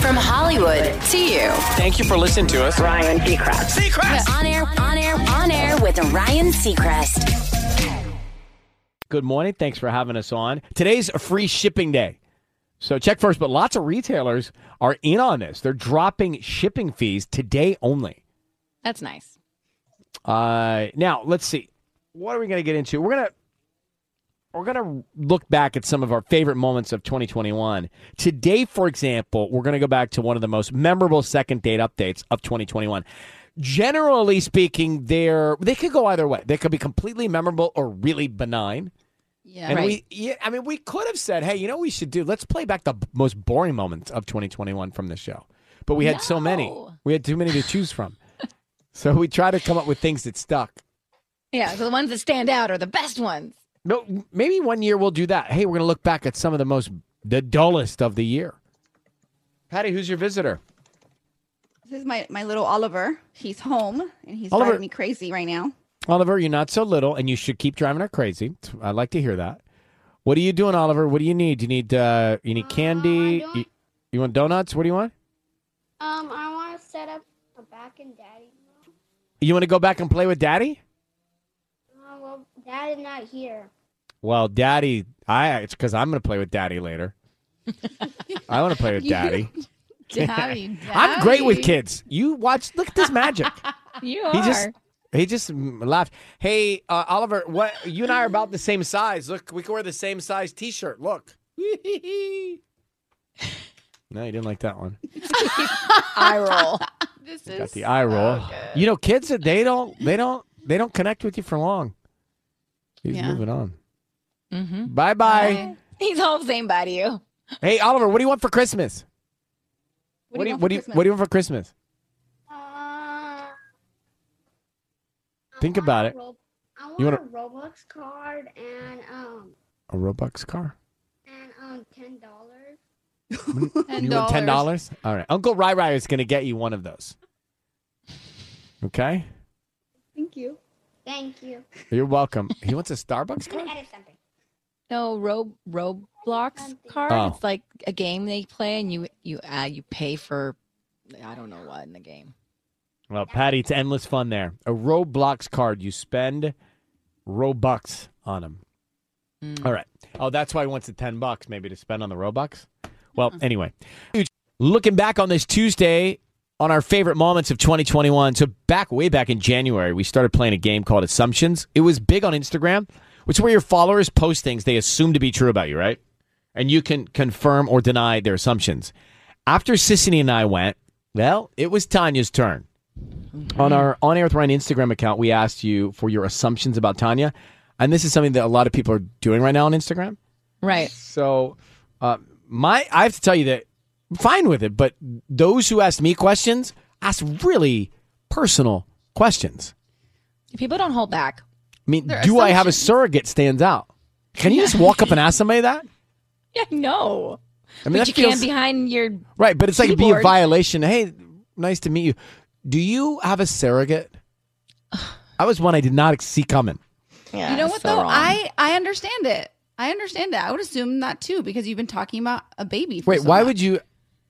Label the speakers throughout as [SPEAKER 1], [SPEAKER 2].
[SPEAKER 1] From Hollywood to you.
[SPEAKER 2] Thank you for listening to us.
[SPEAKER 3] Ryan Seacrest.
[SPEAKER 1] The on air, on air, on air with Ryan Seacrest.
[SPEAKER 2] Good morning. Thanks for having us on. Today's a free shipping day. So check first, but lots of retailers are in on this. They're dropping shipping fees today only.
[SPEAKER 4] That's nice.
[SPEAKER 2] Uh, now let's see. What are we going to get into? We're gonna we're gonna look back at some of our favorite moments of 2021. Today, for example, we're gonna go back to one of the most memorable second date updates of 2021. Generally speaking, they're they could go either way. They could be completely memorable or really benign.
[SPEAKER 4] Yeah.
[SPEAKER 2] And we, yeah, I mean, we could have said, "Hey, you know, what we should do. Let's play back the b- most boring moments of 2021 from this show," but we had so many.
[SPEAKER 4] No.
[SPEAKER 2] We had too many to choose from, so we tried to come up with things that stuck.
[SPEAKER 4] yeah. So the ones that stand out are the best ones.
[SPEAKER 2] No, maybe one year we'll do that. Hey, we're gonna look back at some of the most the dullest of the year. Patty, who's your visitor?
[SPEAKER 5] This is my, my little Oliver. He's home and he's
[SPEAKER 2] Oliver-
[SPEAKER 5] driving me crazy right now.
[SPEAKER 2] Oliver, you're not so little, and you should keep driving her crazy. I'd like to hear that. What are you doing, Oliver? What do you need? You need uh, you need candy.
[SPEAKER 6] I don't-
[SPEAKER 2] You, you want donuts? What do you want?
[SPEAKER 6] Um, I want to set up a back and daddy.
[SPEAKER 2] You want to go back and play with Daddy?
[SPEAKER 6] Oh, well, dad is not here.
[SPEAKER 2] Well, Daddy, I it's because I'm going to play with Daddy later. I want to play with Daddy.
[SPEAKER 4] Daddy,
[SPEAKER 2] I'm great with
[SPEAKER 4] daddy.
[SPEAKER 2] kids. You watch. Look at this magic.
[SPEAKER 4] You
[SPEAKER 2] He
[SPEAKER 4] are.
[SPEAKER 2] just he just mm, laughed. Hey, uh, Oliver, what? You and I are about the same size. Look, we can wear the same size T-shirt. Look. no, you didn't like that one.
[SPEAKER 5] Eye roll.
[SPEAKER 4] this
[SPEAKER 2] Got the eye roll. you know, kids they don't they don't they don't connect with you for long. He's
[SPEAKER 4] Yeah.
[SPEAKER 2] moving on.
[SPEAKER 4] Mm-hmm.
[SPEAKER 2] Bye bye.
[SPEAKER 4] He's home, same body you.
[SPEAKER 2] Hey, Oliver, what do you want for Christmas? What do you what do you, what do you want for Christmas?
[SPEAKER 6] Uh, I
[SPEAKER 2] Think
[SPEAKER 6] want
[SPEAKER 2] about
[SPEAKER 6] a
[SPEAKER 2] it.
[SPEAKER 6] Rob- I want
[SPEAKER 2] You
[SPEAKER 6] a Roblox card and um
[SPEAKER 2] A Robux car.
[SPEAKER 6] and um ten dollars.
[SPEAKER 2] You want ten dollars? All right. Uncle Rai Rai is gonna get you one of those. Okay?
[SPEAKER 5] Thank you.
[SPEAKER 6] Thank you.
[SPEAKER 2] You're welcome. He wants a Starbucks
[SPEAKER 6] I'm
[SPEAKER 2] card?
[SPEAKER 6] gonna edit something.
[SPEAKER 4] No, Rob Roblox card.
[SPEAKER 2] Oh.
[SPEAKER 4] It's like a game they play, and you you uh, you pay for I don't know what in the game.
[SPEAKER 2] Well, Patty, it's endless fun there. A Roblox card. You spend Robux on them. All right. Oh, that's why he wants the 10 bucks maybe to spend on the Robux. Well, anyway. Looking back on this Tuesday on our favorite moments of 2021. So back way back in January, we started playing a game called Assumptions. It was big on Instagram, which is where your followers post things they assume to be true about you, right? And you can confirm or deny their assumptions. After Sissany and I went, well, it was Tanya's turn. On
[SPEAKER 4] Mm-hmm.
[SPEAKER 2] our On Air with Ryan Instagram account, we asked you for your assumptions about Tanya. And this is something that a lot of people are doing right now on Instagram.
[SPEAKER 4] Right.
[SPEAKER 2] So, uh, my I have to tell you that I'm fine with it, but those who asked me questions asked really personal questions.
[SPEAKER 4] People don't hold back.
[SPEAKER 2] I mean, do I have a surrogate stands out? Can you just walk up and ask somebody that?
[SPEAKER 4] Yeah, no.
[SPEAKER 2] I mean,
[SPEAKER 4] but
[SPEAKER 2] that
[SPEAKER 4] you
[SPEAKER 2] feels
[SPEAKER 4] can't behind your
[SPEAKER 2] right, but it's like be a
[SPEAKER 4] keyboard.
[SPEAKER 2] violation. Hey, nice to meet you. Do you have a surrogate? I was one I did not see coming.
[SPEAKER 4] yeah,
[SPEAKER 5] You know what
[SPEAKER 4] so
[SPEAKER 5] though?
[SPEAKER 4] wrong.
[SPEAKER 5] I I understand it. I understand that. I would assume that too because you've been talking about a baby. For
[SPEAKER 2] Wait,
[SPEAKER 5] so
[SPEAKER 2] why
[SPEAKER 5] long.
[SPEAKER 2] would you?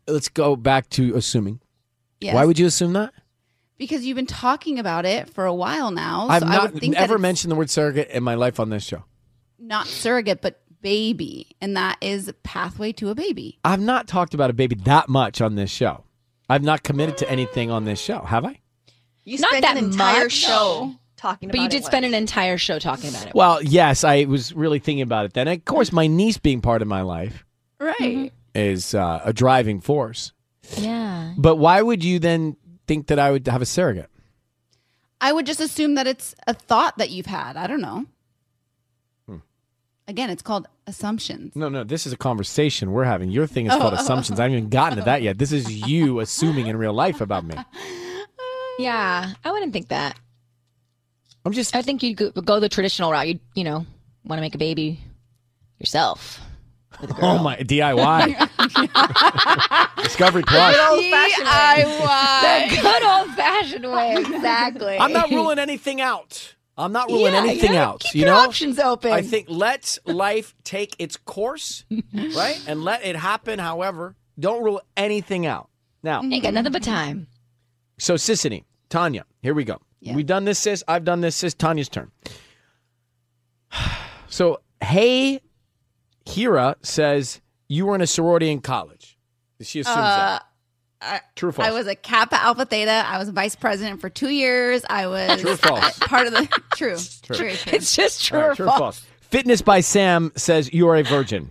[SPEAKER 2] Let's go back to assuming.
[SPEAKER 5] Yes.
[SPEAKER 2] Why would you assume that?
[SPEAKER 5] Because you've been talking about it for a while now.
[SPEAKER 2] I've
[SPEAKER 5] so I
[SPEAKER 2] not
[SPEAKER 5] would think that
[SPEAKER 2] ever
[SPEAKER 5] it's
[SPEAKER 2] mentioned the word surrogate in my life on this show.
[SPEAKER 5] not surrogate, but baby, and that is pathway to a baby.
[SPEAKER 2] I've not talked about a baby that much on this show. I've not committed to anything on this show, have I?
[SPEAKER 7] You
[SPEAKER 4] Not
[SPEAKER 7] spent
[SPEAKER 4] that
[SPEAKER 7] an entire
[SPEAKER 4] much.
[SPEAKER 7] show talking
[SPEAKER 4] But
[SPEAKER 7] about
[SPEAKER 4] you did
[SPEAKER 7] it
[SPEAKER 4] spend an
[SPEAKER 7] once.
[SPEAKER 4] entire show talking about it.
[SPEAKER 2] Well, yes, I was really thinking about it then. Of course, my niece being part of my life
[SPEAKER 5] Right.
[SPEAKER 2] is uh, a driving force.
[SPEAKER 4] yeah.
[SPEAKER 2] But why would you then think that I would have a surrogate?
[SPEAKER 5] I would just assume that it's a thought that you've had. I don't know.
[SPEAKER 2] Hmm.
[SPEAKER 5] Again, it's called assumptions.
[SPEAKER 2] No, no, this is a conversation we're having. Your thing is called assumptions. I haven't even gotten to that yet. This is you assuming in real life about me.
[SPEAKER 4] Yeah, I wouldn't think that.
[SPEAKER 2] I'm just
[SPEAKER 4] I think you'd go, go the traditional route. You you know want to make a baby yourself.
[SPEAKER 2] Oh my DIY. Discovery Plus.
[SPEAKER 5] DIY.
[SPEAKER 4] Good old fashioned way, exactly.
[SPEAKER 2] I'm not ruling anything out. I'm not ruling
[SPEAKER 4] Yeah,
[SPEAKER 2] anything
[SPEAKER 4] yeah,
[SPEAKER 2] out.
[SPEAKER 4] keep
[SPEAKER 2] you
[SPEAKER 4] your
[SPEAKER 2] know?
[SPEAKER 4] options open.
[SPEAKER 2] I think let life take its course, right? And let it happen however Don't rule anything out. Now,
[SPEAKER 4] Ain't got nothing but time.
[SPEAKER 2] so Sissany, Tanya, here we go.
[SPEAKER 5] Yeah.
[SPEAKER 2] We've done this, sis. I've done this, sis. Tanya's turn. So, hey, Hira says you were in a sorority in college. She assumes
[SPEAKER 5] Uh,
[SPEAKER 2] that. True or false?
[SPEAKER 5] I was a Kappa Alpha Theta. I was vice president for two years. I was
[SPEAKER 2] True or false?
[SPEAKER 5] part of the true, true, true.
[SPEAKER 4] It's just true,
[SPEAKER 2] All right,
[SPEAKER 4] or,
[SPEAKER 2] true
[SPEAKER 4] false.
[SPEAKER 2] Fitness by Sam says you are a virgin.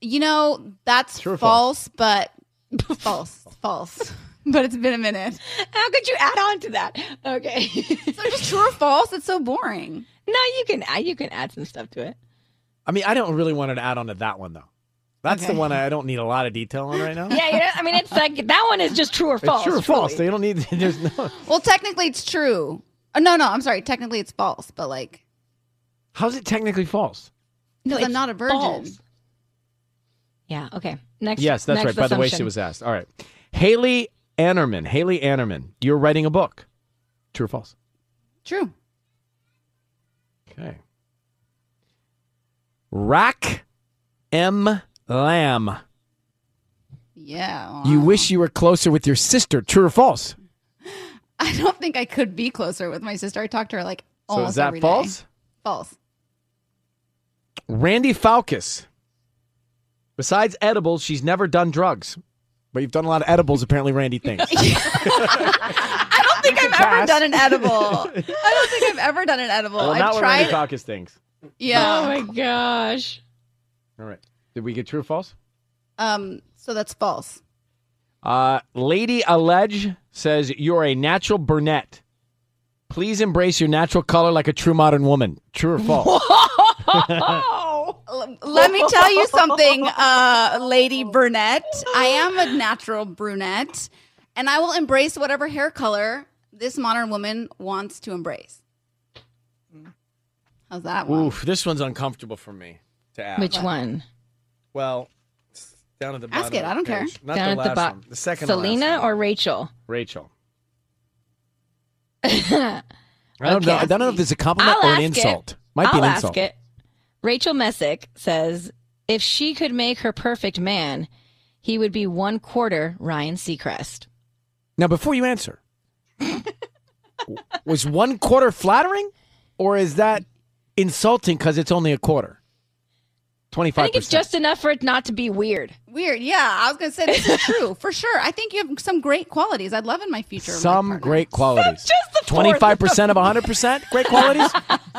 [SPEAKER 5] You know that's
[SPEAKER 2] True or
[SPEAKER 5] false, but false, false. But it's been a minute.
[SPEAKER 4] How could you add on to that? Okay.
[SPEAKER 5] So just true or false? It's so boring.
[SPEAKER 4] no, you can add you can add some stuff to it.
[SPEAKER 2] I mean, I don't really want to add on to that one though. That's the
[SPEAKER 5] Okay.
[SPEAKER 2] one I don't need a lot of detail on right now.
[SPEAKER 4] Yeah, you know, I mean it's like that one is just true or
[SPEAKER 2] It's
[SPEAKER 4] false.
[SPEAKER 2] true or false.
[SPEAKER 4] truly.
[SPEAKER 2] They don't need. There's no.
[SPEAKER 5] Well, technically it's true. Oh, no, no, I'm sorry. Technically it's false, but like
[SPEAKER 2] How's it technically false?
[SPEAKER 5] because
[SPEAKER 4] it's
[SPEAKER 5] I'm not a virgin.
[SPEAKER 4] false. Yeah, okay. Next
[SPEAKER 2] Yes, that's
[SPEAKER 4] next
[SPEAKER 2] right. By the way, she
[SPEAKER 4] assumption.
[SPEAKER 2] was asked. All right, Haley Annerman. Haley Annerman, you're writing a book. True or false?
[SPEAKER 5] True.
[SPEAKER 2] Okay. Rack M. Lamb.
[SPEAKER 5] Yeah. well,
[SPEAKER 2] You wish you were closer with your sister. True or false?
[SPEAKER 5] I don't think I could be closer with my sister. I talk to her like
[SPEAKER 2] So
[SPEAKER 4] Oh,
[SPEAKER 5] almost
[SPEAKER 2] is that
[SPEAKER 5] every day.
[SPEAKER 2] false?
[SPEAKER 5] False.
[SPEAKER 2] Randy Falkus. Besides edibles, she's never done drugs. But you've done a lot of edibles, apparently, Randy thinks.
[SPEAKER 5] I don't think I've ever
[SPEAKER 2] pass.
[SPEAKER 5] done an edible. I don't think I've ever done an edible.
[SPEAKER 2] well, not
[SPEAKER 5] I've
[SPEAKER 2] what Randy
[SPEAKER 5] tried.
[SPEAKER 2] Falkus thinks.
[SPEAKER 5] yeah.
[SPEAKER 4] Oh my gosh.
[SPEAKER 2] All right. Did we get true or false?
[SPEAKER 5] Um. So that's false.
[SPEAKER 2] Uh, Lady Allege says, You're a natural brunette. Please embrace your natural color like a true modern woman. True or false?
[SPEAKER 4] Oh.
[SPEAKER 5] L- let me tell you something, uh, Lady Brunette. I am a natural brunette, and I will embrace whatever hair color this modern woman wants to embrace. How's that one?
[SPEAKER 2] Oof, this one's uncomfortable for me to ask.
[SPEAKER 4] Which one?
[SPEAKER 2] Well, it's down at the
[SPEAKER 5] Ask
[SPEAKER 2] bottom
[SPEAKER 5] it,
[SPEAKER 2] of
[SPEAKER 5] I don't care.
[SPEAKER 2] page. Not
[SPEAKER 4] Down
[SPEAKER 2] the
[SPEAKER 4] at the
[SPEAKER 2] last
[SPEAKER 4] bottom.
[SPEAKER 2] one. The second to last
[SPEAKER 4] Selena
[SPEAKER 2] one.
[SPEAKER 4] or Rachel?
[SPEAKER 2] Rachel. I don't know. I don't know if it's a compliment
[SPEAKER 4] I'll
[SPEAKER 2] or an
[SPEAKER 4] ask
[SPEAKER 2] insult.
[SPEAKER 4] It.
[SPEAKER 2] Might
[SPEAKER 4] I'll
[SPEAKER 2] be an
[SPEAKER 4] ask
[SPEAKER 2] insult.
[SPEAKER 4] it. Rachel Messick says if she could make her perfect man, he would be one quarter Ryan Seacrest.
[SPEAKER 2] Now, before you answer, was one quarter flattering, or is that insulting because it's only a quarter?
[SPEAKER 4] I
[SPEAKER 2] Twenty-five.
[SPEAKER 4] think it's just enough for it not to be weird.
[SPEAKER 5] Weird. Yeah, I was gonna say this is true for sure. I think you have some great qualities I'd love in my future. life
[SPEAKER 2] some
[SPEAKER 5] partner.
[SPEAKER 2] great qualities.
[SPEAKER 4] just the fourth.
[SPEAKER 2] Twenty-five percent of hundred percent great qualities.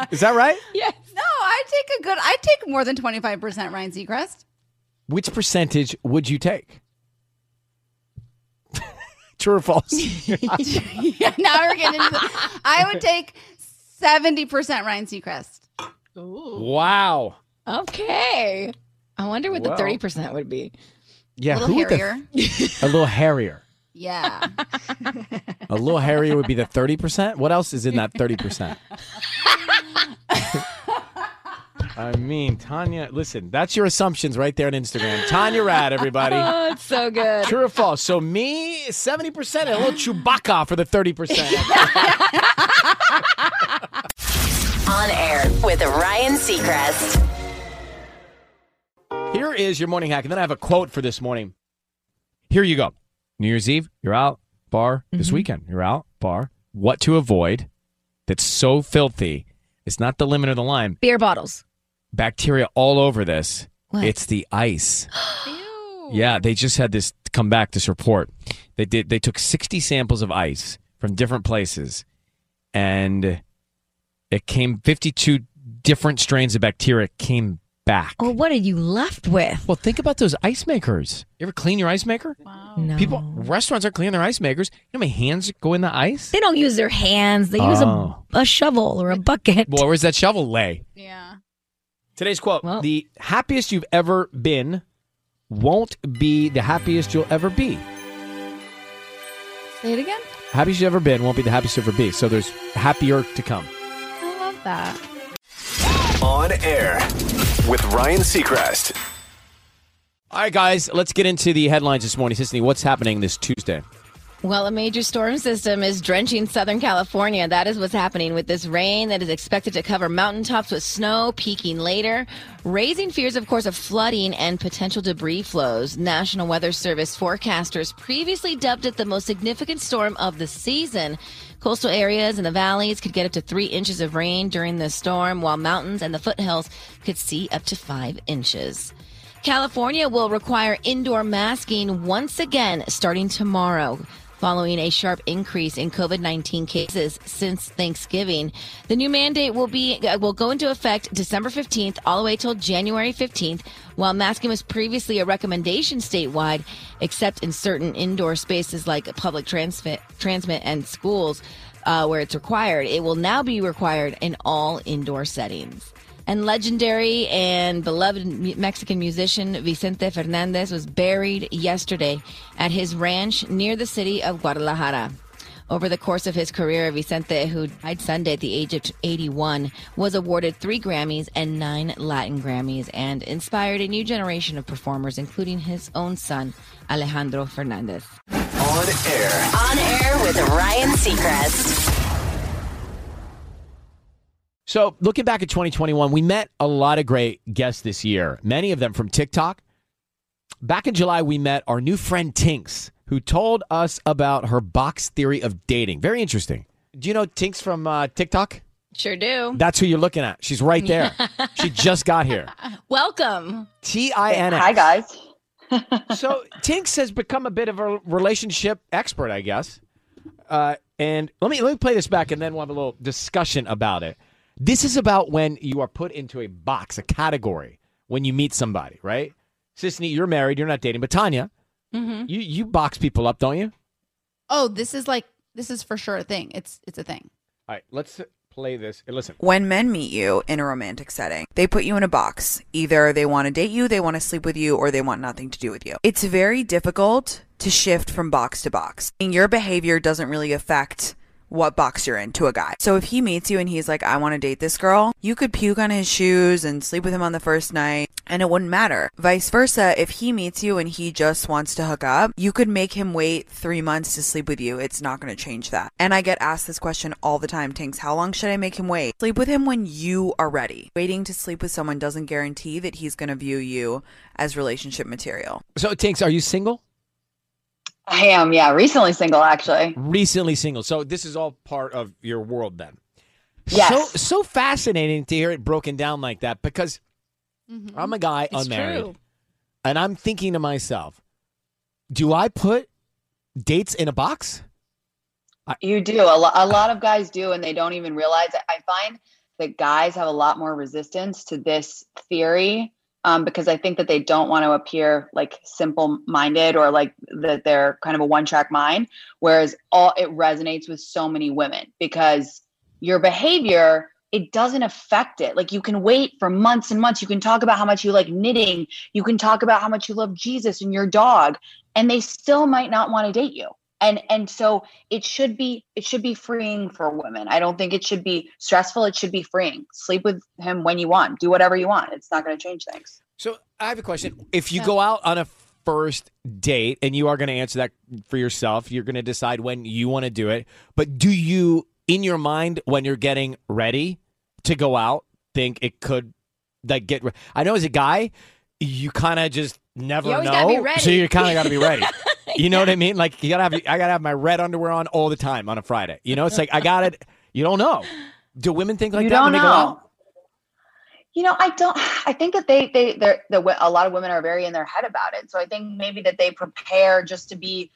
[SPEAKER 2] is that right?
[SPEAKER 4] Yes.
[SPEAKER 5] No, I take a good. I take more than twenty five percent Ryan Seacrest.
[SPEAKER 2] Which percentage would you take? True or false?
[SPEAKER 5] yeah, now we're getting. Into the, I would take seventy percent Ryan Seacrest.
[SPEAKER 2] wow.
[SPEAKER 4] Okay. I wonder what
[SPEAKER 2] Well.
[SPEAKER 4] the thirty percent would be.
[SPEAKER 2] Yeah.
[SPEAKER 5] a little
[SPEAKER 2] who would the-
[SPEAKER 5] hairier.
[SPEAKER 2] a little hairier.
[SPEAKER 5] yeah.
[SPEAKER 2] A little hairier would be the thirty percent. What else is in that thirty percent? I mean, Tanya, listen, that's your assumptions right there on Instagram. Tanya Rad, everybody.
[SPEAKER 4] Oh, it's so good.
[SPEAKER 2] True or false? So me, seventy percent, and a little Chewbacca for the thirty percent.
[SPEAKER 1] On air with Ryan Seacrest.
[SPEAKER 2] Here is your morning hack, and then I have a quote for this morning. Here you go. New Year's Eve, you're out bar this weekend. You're out bar. What to avoid? That's so filthy. It's not the limit or the line.
[SPEAKER 4] Beer bottles.
[SPEAKER 2] bacteria all over this.
[SPEAKER 4] What?
[SPEAKER 2] It's the ice. Yeah, they just had this come back this report. They did they took 60 samples of ice from different places and it came 52 different strains of bacteria came back.
[SPEAKER 4] Well, Oh, what are you left with?
[SPEAKER 2] Well, think about those ice makers. You ever clean your ice maker?
[SPEAKER 4] No.
[SPEAKER 2] People restaurants are cleaning their ice makers. You know how many hands go in the ice?
[SPEAKER 3] They don't use their hands. They use
[SPEAKER 2] Oh.
[SPEAKER 3] a, a shovel or a bucket.
[SPEAKER 2] Boy, where's that shovel lay?
[SPEAKER 5] Yeah.
[SPEAKER 2] Today's quote
[SPEAKER 4] Well-
[SPEAKER 2] The happiest you've ever been won't be the happiest you'll ever be.
[SPEAKER 5] Say it again.
[SPEAKER 2] Happiest you've ever been won't be the happiest you'll ever be. So there's happier to come.
[SPEAKER 5] I love that.
[SPEAKER 7] On air with Ryan Seacrest.
[SPEAKER 2] All right, guys, let's get into the headlines this morning. Sisney, what's happening this Tuesday?
[SPEAKER 4] Well, a major storm system is drenching Southern California. That is what's happening with this rain that is expected to cover mountaintops with snow, peaking later, raising fears, of course, of flooding and potential debris flows. National Weather Service forecasters previously dubbed it the most significant storm of the season. Coastal areas and the valleys could get up to three inches of rain during the storm, while mountains and the foothills could see up to five inches. California will require indoor masking once again starting tomorrow. Following a sharp increase in COVID 19 cases since Thanksgiving, the new mandate will be uh, will go into effect December 15th all the way till January 15th. While masking was previously a recommendation statewide, except in certain indoor spaces like public transmit, transmit and schools, uh, where it's required, it will now be required in all indoor settings. And legendary and beloved mu- Mexican musician Vicente Fernandez was buried yesterday at his ranch near the city of Guadalajara. Over the course of his career, Vicente, who died Sunday at the age of 81, was awarded three Grammys and nine Latin Grammys and inspired a new generation of performers, including his own son, Alejandro Fernandez.
[SPEAKER 7] On air
[SPEAKER 1] On air with Ryan Seacrest.
[SPEAKER 2] So, looking back at 2021, we met a lot of great guests this year, many of them from TikTok. Back in July, we met our new friend Tinks, who told us about her box theory of dating. Very interesting. Do you know Tinks from uh, TikTok?
[SPEAKER 4] Sure do.
[SPEAKER 2] That's who you're looking at. She's right there. she just got here.
[SPEAKER 4] Welcome.
[SPEAKER 2] T I N X.
[SPEAKER 8] Hi guys.
[SPEAKER 2] so Tinks has become a bit of a relationship expert, I guess. Uh, and let me let me play this back, and then we'll have a little discussion about it. This is about when you are put into a box, a category, when you meet somebody, right? Sisney, you're married, you're not dating, but Tanya,
[SPEAKER 4] Mm-hmm.
[SPEAKER 2] you you box people up, don't you?
[SPEAKER 5] Oh, this is like this is for sure a thing. It's it's a thing.
[SPEAKER 2] All right, let's play this. And listen,
[SPEAKER 9] When men meet you in a romantic setting, they put you in a box. Either they want to date you, they want to sleep with you, or they want nothing to do with you. It's very difficult to shift from box to box. And your behavior doesn't really affect what box you're in to a guy. So if he meets you and he's like, I want to date this girl, you could puke on his shoes and sleep with him on the first night and it wouldn't matter. Vice versa, if he meets you and he just wants to hook up, you could make him wait three months to sleep with you. It's not going to change that. And I get asked this question all the time Tinks, how long should I make him wait? Sleep with him when you are ready. Waiting to sleep with someone doesn't guarantee that he's going to view you as relationship material.
[SPEAKER 2] so Tinks, are you single?
[SPEAKER 8] I am, yeah, recently single actually.
[SPEAKER 2] recently single. So this is all part of your world then.
[SPEAKER 8] Yes.
[SPEAKER 2] So so fascinating to hear it broken down like that because I'm a guy
[SPEAKER 4] Mm-hmm. It's
[SPEAKER 2] unmarried
[SPEAKER 4] true.
[SPEAKER 2] and I'm thinking to myself, do I put dates in a box?
[SPEAKER 8] You do. A, lo- a lot of guys do and they don't even realize it. I find that guys have a lot more resistance to this theory um, because I think that they don't want to appear like simple minded or like that they're kind of a one track mind. Whereas all it resonates with so many women because your behavior it doesn't affect it like you can wait for months and months you can talk about how much you like knitting you can talk about how much you love jesus and your dog and they still might not want to date you and and so it should be it should be freeing for women i don't think it should be stressful it should be freeing sleep with him when you want do whatever you want it's not going to change things
[SPEAKER 2] So I have a question. If you go out on a first date and you are going to answer that for yourself, you're going to decide when you want to do it. But do you, in your mind, when you're getting ready to go out, think it could like get? Re- I know as a guy, you kind of just never
[SPEAKER 4] You always
[SPEAKER 2] know.
[SPEAKER 4] gotta be ready.
[SPEAKER 2] So you kind of got to be ready. You know what I mean? Like you gotta have I gotta have my red underwear on all the time on a Friday. You know, it's like I got it. You don't know. Do women think like
[SPEAKER 8] you
[SPEAKER 2] that
[SPEAKER 8] don't
[SPEAKER 2] when they go out?
[SPEAKER 8] know you know i don't i think that they they they're the wo- a lot of women are very in their head about it so i think maybe that they prepare just to be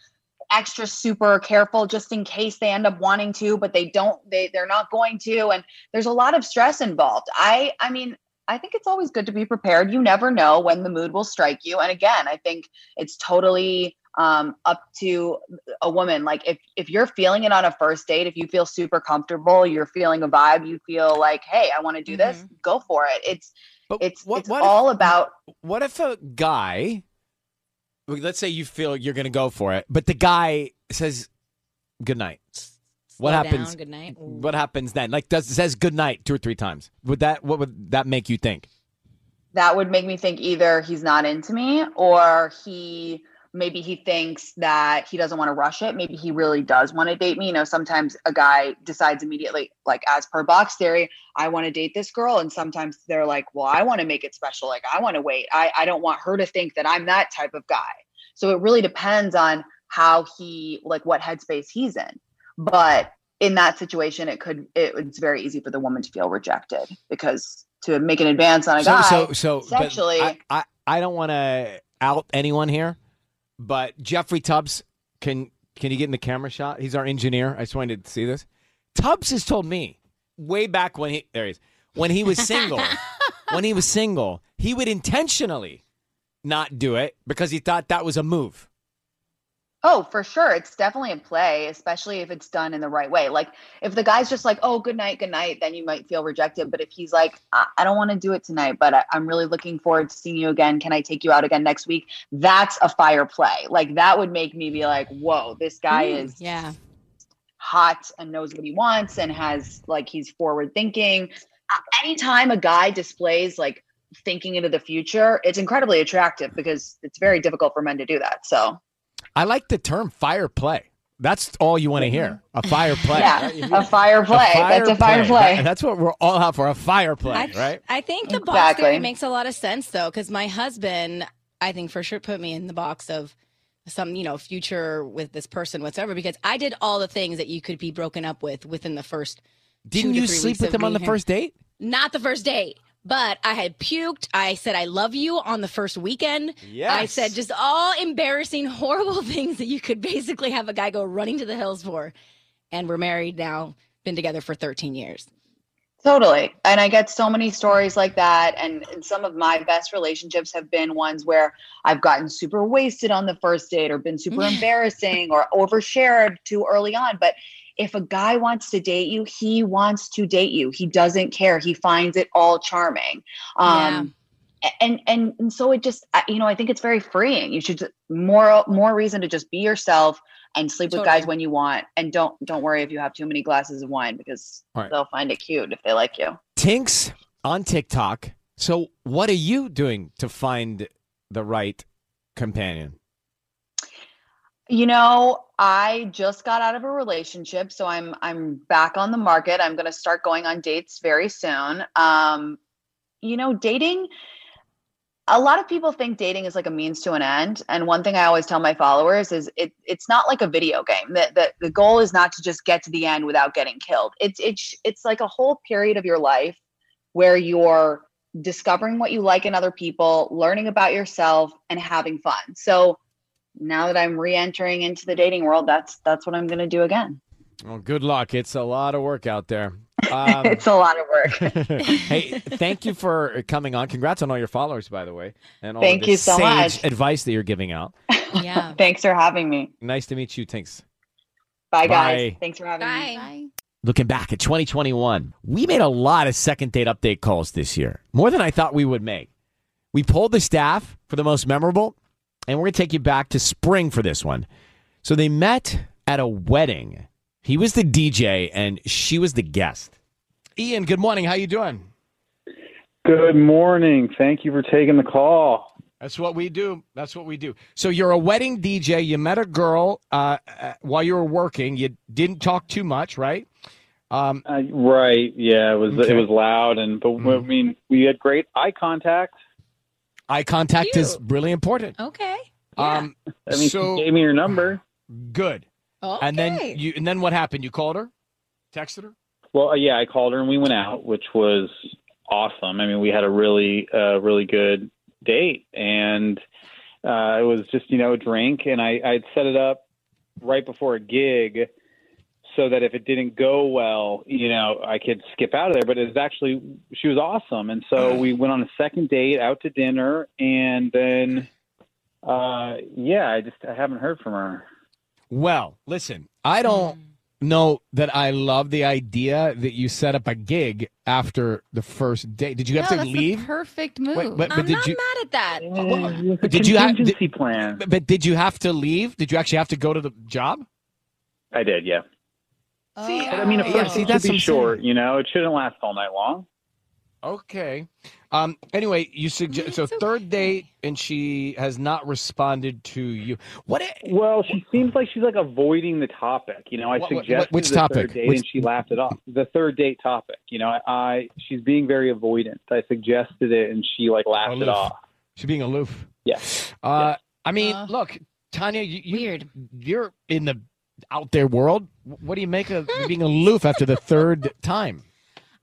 [SPEAKER 8] extra super careful just in case they end up wanting to but they don't they they're not going to and there's a lot of stress involved i i mean i think it's always good to be prepared you never know when the mood will strike you and again i think it's totally um, up to a woman like if if you're feeling it on a first date if you feel super comfortable you're feeling a vibe you feel like hey i want to do this go for it it's
[SPEAKER 2] But
[SPEAKER 8] it's
[SPEAKER 2] Mm-hmm. what,
[SPEAKER 8] it's
[SPEAKER 2] what if-
[SPEAKER 8] all about
[SPEAKER 2] What if a guy, like, let's say you feel you're going to go for it, but the guy says good night. What
[SPEAKER 4] Slow
[SPEAKER 2] happens?
[SPEAKER 4] Down, good night.
[SPEAKER 2] What happens then? Like does says good night two or three times. Would that what would that make you think?
[SPEAKER 8] that would make me think either he's not into me or he maybe he thinks that he doesn't want to rush it maybe he really does want to date me you know sometimes a guy decides immediately like as per box theory i want to date this girl and sometimes they're like well i want to make it special like i want to wait I, I don't want her to think that i'm that type of guy so it really depends on how he like what headspace he's in but in that situation it could it, it's very easy for the woman to feel rejected because to make an advance on a
[SPEAKER 2] so,
[SPEAKER 8] guy
[SPEAKER 2] so so but
[SPEAKER 8] sexually-
[SPEAKER 2] I, I I don't want to out anyone here, but Jeffrey Tubbs can can you get in the camera shot? He's our engineer. I just wanted to see this. Tubbs has told me way back when he there he is when he was single when he was single he would intentionally not do it because he thought that was a move.
[SPEAKER 8] Oh, for sure. It's definitely a play, especially if it's done in the right way. Like if the guy's just like, oh, good night, good night, then you might feel rejected. But if he's like, I, I don't want to do it tonight, but I- I'm really looking forward to seeing you again. Can I take you out again next week? That's a fire play. Like that would make me be like, whoa, this guy is
[SPEAKER 4] Yeah.
[SPEAKER 8] hot and knows what he wants and has like he's forward thinking. A- Anytime a guy displays like thinking into the future, it's incredibly attractive because it's very difficult for men to do that. So
[SPEAKER 2] I like the term fire play. That's all you want to hear. A fire play.
[SPEAKER 8] Mm-hmm. yeah,
[SPEAKER 2] right?
[SPEAKER 8] a fire play. That's a fire play.
[SPEAKER 2] That- That's what we're all out for. A fire play,
[SPEAKER 4] I,
[SPEAKER 2] right?
[SPEAKER 4] I think the box
[SPEAKER 8] Exactly.
[SPEAKER 4] theory makes a lot of sense though, because my husband, I think for sure put me in the box of some, you know, future with this person, whatsoever, because I did all the things that you could be broken up with within the first
[SPEAKER 2] Didn't
[SPEAKER 4] two to
[SPEAKER 2] you
[SPEAKER 4] three
[SPEAKER 2] sleep
[SPEAKER 4] weeks
[SPEAKER 2] with
[SPEAKER 4] of
[SPEAKER 2] them on
[SPEAKER 4] me
[SPEAKER 2] the
[SPEAKER 4] here.
[SPEAKER 2] first date?
[SPEAKER 4] Not the first date, but I had puked. I said, I love you on the first weekend. I
[SPEAKER 2] Yes.
[SPEAKER 4] said, just all embarrassing, horrible things that you could basically have a guy go running to the hills for. And we're married now, been together for 13 years.
[SPEAKER 8] Totally. And I get so many stories like that. And, and some of my best relationships have been ones where I've gotten super wasted on the first date or been super embarrassing or overshared too early on. But if a guy wants to date you, he wants to date you. He doesn't care. He finds it all charming. Um, a- and, and and so it just I- you know I think it's very freeing. You should more more reason to just be yourself and sleep with
[SPEAKER 4] Totally.
[SPEAKER 8] guys when you want, and don't don't worry if you have too many glasses of wine because
[SPEAKER 2] All right.
[SPEAKER 8] they'll find it cute if they like you.
[SPEAKER 2] Tinks on TikTok. So, what are you doing to find the right companion?
[SPEAKER 8] You know, I just got out of a relationship, so I'm I'm back on the market. I'm going to start going on dates very soon. Um, you know, dating a lot of people think dating is like a means to an end, and one thing I always tell my followers is it it's not like a video game. That the, the goal is not to just get to the end without getting killed. It's it's it's like a whole period of your life where you're discovering what you like in other people, learning about yourself and having fun. So now that I'm re-entering into the dating world, that's that's what I'm going to do again.
[SPEAKER 2] Well, good luck. It's a lot of work out there. Um,
[SPEAKER 8] it's a lot of work.
[SPEAKER 2] hey, thank you for coming on. Congrats on all your followers, by the way, and all
[SPEAKER 8] Thank
[SPEAKER 2] of
[SPEAKER 8] you
[SPEAKER 2] the
[SPEAKER 8] so
[SPEAKER 2] sage
[SPEAKER 8] much.
[SPEAKER 2] advice that you're giving out.
[SPEAKER 4] Yeah.
[SPEAKER 8] Thanks for having me.
[SPEAKER 2] Nice to meet you, Tinks.
[SPEAKER 8] Bye, guys.
[SPEAKER 2] Bye.
[SPEAKER 8] Thanks for having me.
[SPEAKER 4] Bye.
[SPEAKER 2] Looking back at 2021, we made a lot of second date update calls this year, more than I thought we would make. We polled the staff for the most memorable, and we're going to take you back to spring for this one. So they met at a wedding. He was the DJ and she was the guest. Ian, good morning. How you doing?
[SPEAKER 10] Good morning. Thank you for taking the call.
[SPEAKER 2] That's what we do. That's what we do. So you're a wedding DJ. You met a girl uh, uh, while you were working. You didn't talk too much, right? Um,
[SPEAKER 10] Uh, right? Yeah, it was
[SPEAKER 2] Okay.
[SPEAKER 10] it was loud, and but
[SPEAKER 8] Mm-hmm.
[SPEAKER 10] I mean, we had great eye contact.
[SPEAKER 2] eye contact is really important.
[SPEAKER 4] Okay.
[SPEAKER 2] Um,
[SPEAKER 10] I mean,
[SPEAKER 2] So-
[SPEAKER 10] she gave me your number.
[SPEAKER 2] good.
[SPEAKER 4] Okay.
[SPEAKER 2] And then you and then what happened? You called her? Texted her?
[SPEAKER 10] Well, uh, yeah, I called her and we went out, which was awesome. I mean, we had a really uh, really good date, and uh, it was just you know a drink, and I I'd set it up right before a gig. So that if it didn't go well, you know, I could skip out of there. But it was actually she was awesome, and so we went on a second date out to dinner, and then, uh, yeah, I just I haven't heard from her.
[SPEAKER 2] Well, listen, I don't
[SPEAKER 4] Hmm.
[SPEAKER 2] know that I love the idea that you set up a gig after the first date. Did you have
[SPEAKER 5] no,
[SPEAKER 2] to
[SPEAKER 5] that's
[SPEAKER 2] leave?
[SPEAKER 5] the perfect move.
[SPEAKER 2] Wait, but, but
[SPEAKER 4] I'm
[SPEAKER 2] did
[SPEAKER 4] not
[SPEAKER 2] you
[SPEAKER 4] mad at that.
[SPEAKER 10] It's a
[SPEAKER 2] did you have-
[SPEAKER 10] contingency plan?
[SPEAKER 2] but did you have to leave? Did you actually have to go to the job?
[SPEAKER 10] I did, yeah.
[SPEAKER 5] Oh.
[SPEAKER 10] But I mean, a
[SPEAKER 2] Yeah,
[SPEAKER 10] first
[SPEAKER 2] see,
[SPEAKER 10] date
[SPEAKER 2] that's what
[SPEAKER 10] should be
[SPEAKER 2] I'm saying.
[SPEAKER 10] short. You know, it shouldn't last all night long.
[SPEAKER 2] Okay. Um. Anyway, you
[SPEAKER 4] Mm,
[SPEAKER 2] suggest so third date, and she has not responded to you. What?
[SPEAKER 10] Well, she seems like she's like avoiding the topic. You know, I
[SPEAKER 2] What- what-
[SPEAKER 10] suggested
[SPEAKER 2] what- which
[SPEAKER 10] the
[SPEAKER 2] topic?
[SPEAKER 10] third date,
[SPEAKER 2] Which-
[SPEAKER 10] and she laughed it off. The third date topic. You know, I, I she's being very avoidant. I suggested it, and she like laughed it
[SPEAKER 2] Aloof.
[SPEAKER 10] off.
[SPEAKER 2] She's being aloof.
[SPEAKER 10] Yes.
[SPEAKER 2] Uh. I mean, look, Tanya, you, you weird. You're in the out there world. What do you make of being aloof after the third time?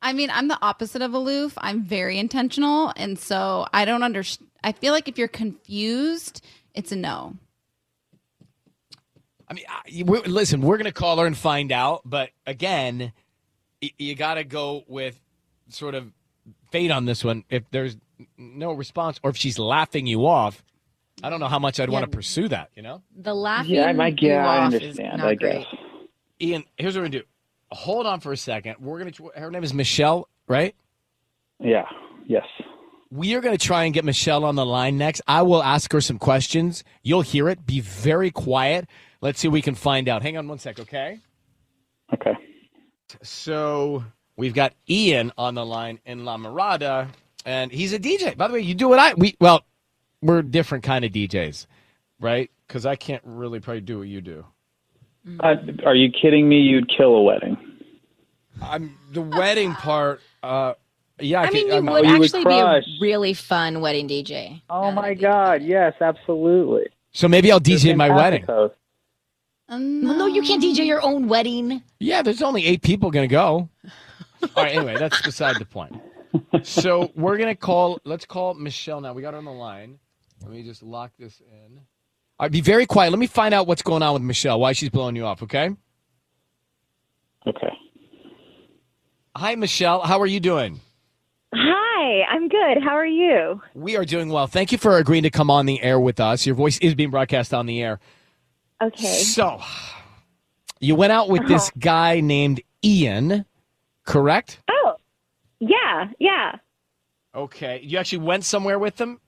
[SPEAKER 5] I mean, I'm the opposite of aloof. I'm very intentional, and so I don't understand. I feel like if you're confused, it's a no.
[SPEAKER 2] You- we- listen, we're going to call her and find out. But again, y- you got to go with sort of fate on this one. If there's n- no response or if she's laughing you off, I don't know how much I'd want to pursue that, you know?
[SPEAKER 4] The laughing.
[SPEAKER 10] Yeah, I might- yeah,
[SPEAKER 4] you
[SPEAKER 10] I
[SPEAKER 4] off is
[SPEAKER 10] understand,
[SPEAKER 4] not
[SPEAKER 10] I
[SPEAKER 4] great.
[SPEAKER 10] guess.
[SPEAKER 2] Ian, here's what we're going to do. Hold on for a second. We're going to, her name is Michelle, right?
[SPEAKER 10] Yeah. Yes.
[SPEAKER 2] We are going to try and get Michelle on the line next. I will ask her some questions. You'll hear it. Be very quiet. Let's see what we can find out. Hang on one sec, okay?
[SPEAKER 10] Okay.
[SPEAKER 2] So we've got Ian on the line in La Mirada, and he's a DJ. By the way, you do what I we well, we're different kind of DJs, right? Because I can't really probably do what you do.
[SPEAKER 10] Uh, are you kidding me? You'd kill a wedding.
[SPEAKER 2] I'm the wedding part. Uh, yeah, I,
[SPEAKER 4] I mean,
[SPEAKER 2] can,
[SPEAKER 4] you
[SPEAKER 2] I'm-
[SPEAKER 4] would
[SPEAKER 10] you would
[SPEAKER 4] actually
[SPEAKER 10] crush.
[SPEAKER 4] be a really fun wedding DJ.
[SPEAKER 10] Oh my God! Yes, absolutely.
[SPEAKER 2] So maybe I'll DJ my wedding.
[SPEAKER 4] Well, no, you can't DJ your own wedding.
[SPEAKER 2] Yeah, there's only eight people going to go. All right, anyway, that's beside the point. So we're going to call, let's call Michelle now. We got her on the line. Let me just lock this in. All right, be very quiet. Let me find out what's going on with Michelle, why she's blowing you off, okay?
[SPEAKER 10] Okay.
[SPEAKER 2] Hi, Michelle. How are you doing?
[SPEAKER 11] Hi, I'm good. How are you?
[SPEAKER 2] We are doing well. Thank you for agreeing to come on the air with us. Your voice is being broadcast on the air.
[SPEAKER 11] Okay. Uh-huh.
[SPEAKER 2] So you went out with this guy named Ian, correct?
[SPEAKER 11] Oh, yeah, yeah,
[SPEAKER 2] Okay. You actually went somewhere with them?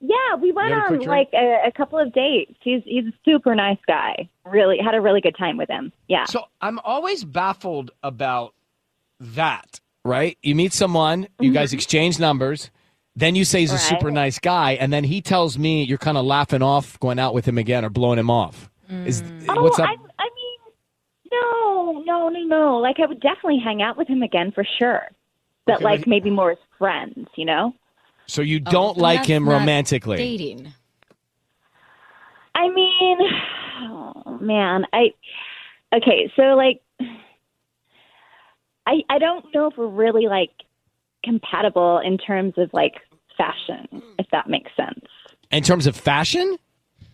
[SPEAKER 11] yeah. We went
[SPEAKER 2] You had a quick
[SPEAKER 11] on
[SPEAKER 2] trip?
[SPEAKER 11] like a, a couple of dates. He's he's a super nice guy. Really had a really good time with him. Yeah.
[SPEAKER 2] So I'm always baffled about that, right? You meet someone,
[SPEAKER 11] Mm-hmm.
[SPEAKER 2] you guys exchange numbers, then you say he's a super nice guy, and then he tells me you're kind of laughing off going out with him again or blowing him off. Is
[SPEAKER 11] oh,
[SPEAKER 2] what's up?
[SPEAKER 11] I, I mean, no, no, no, no. Like I would definitely hang out with him again for sure. But
[SPEAKER 2] Okay,
[SPEAKER 11] like
[SPEAKER 2] but-
[SPEAKER 11] maybe more as friends, you know.
[SPEAKER 2] so you
[SPEAKER 11] Oh,
[SPEAKER 2] don't like him romantically.
[SPEAKER 4] Dating.
[SPEAKER 11] I mean, oh, man, I okay. So like, I I don't know if we're really like compatible in terms of like fashion, if that makes sense.
[SPEAKER 2] In terms of fashion?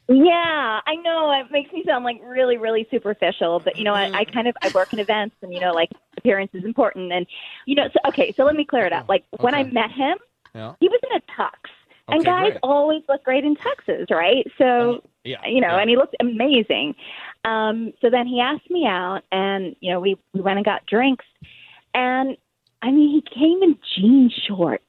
[SPEAKER 11] Yeah, I know it makes me sound like really, really superficial, but you know, I, I kind of I work in events, and you know, like appearance is important, and you know, so okay, so let me clear it up. Like when I met him,
[SPEAKER 2] Yeah.
[SPEAKER 11] he was in a tux. and
[SPEAKER 12] Okay,
[SPEAKER 11] guys
[SPEAKER 12] great.
[SPEAKER 11] always look great in tuxes, right?
[SPEAKER 2] Mm-hmm.
[SPEAKER 11] So,
[SPEAKER 12] yeah,
[SPEAKER 11] you know,
[SPEAKER 12] yeah.
[SPEAKER 11] and he looked amazing. Um, so then he asked me out, and you know, we we went and got drinks, and I mean, he came in jean shorts,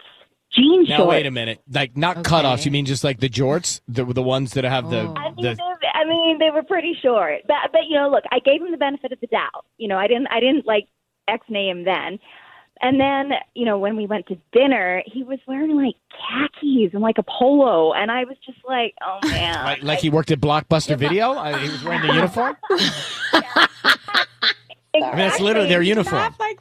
[SPEAKER 11] jean
[SPEAKER 2] Now
[SPEAKER 11] shorts.
[SPEAKER 2] wait a minute. Like not cutoffs, you mean just like the jorts, the the ones that have the,
[SPEAKER 11] I mean,
[SPEAKER 2] the
[SPEAKER 11] they, I mean, they were pretty short, but but you know, look, I gave him the benefit of the doubt. You know, I didn't I didn't like ex nay him then. And then, you know, when we went to dinner, he was wearing like khakis and like a polo, and I was just like, oh man,
[SPEAKER 2] like, like he worked at Blockbuster Video? I, he was wearing the uniform? I mean, that's literally their uniform.
[SPEAKER 11] I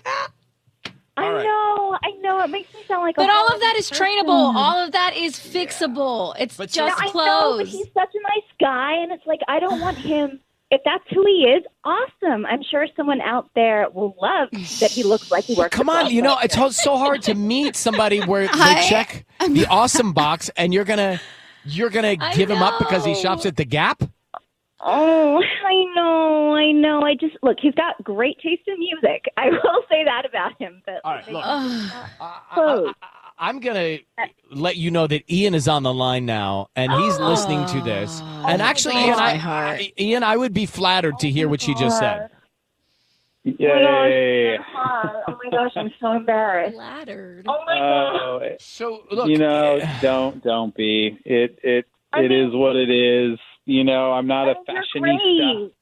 [SPEAKER 2] All right.
[SPEAKER 11] know, I know, it makes me sound like.
[SPEAKER 4] But
[SPEAKER 11] a
[SPEAKER 4] all
[SPEAKER 11] horrible
[SPEAKER 4] of that is
[SPEAKER 11] person.
[SPEAKER 4] trainable. All of that is fixable. It's just
[SPEAKER 11] No, I know, but
[SPEAKER 4] clothes.
[SPEAKER 11] he's such a nice guy, and it's like I don't want him. If that's who he is, awesome. I'm sure someone out there will love that he looks like he works.
[SPEAKER 2] Come
[SPEAKER 11] at
[SPEAKER 2] on, you know, it's ho- so hard to meet somebody where they check the awesome box and you're going to you're going to
[SPEAKER 11] I
[SPEAKER 2] give him up because he
[SPEAKER 11] know.
[SPEAKER 2] shops at the Gap?
[SPEAKER 11] Oh, I know, I know. I just look. He's got great taste in music. I will say that about him. But Oh all right,
[SPEAKER 2] look.
[SPEAKER 11] clothes.
[SPEAKER 2] I'm going to let you know that Ian is on the line now and he's
[SPEAKER 11] Oh.
[SPEAKER 2] listening to this. And actually,
[SPEAKER 4] God.
[SPEAKER 2] Ian,
[SPEAKER 4] My
[SPEAKER 2] I, Ian, I would be flattered to hear what she just said.
[SPEAKER 10] Yay.
[SPEAKER 11] oh my gosh, I'm so embarrassed.
[SPEAKER 4] Flattered.
[SPEAKER 11] Oh my
[SPEAKER 10] Oh,
[SPEAKER 11] gosh.
[SPEAKER 2] So eh,
[SPEAKER 10] you know, don't don't be. It it it is
[SPEAKER 11] I mean-
[SPEAKER 10] what it is. You know, I'm not a
[SPEAKER 11] You're
[SPEAKER 10] fashionista.
[SPEAKER 11] great.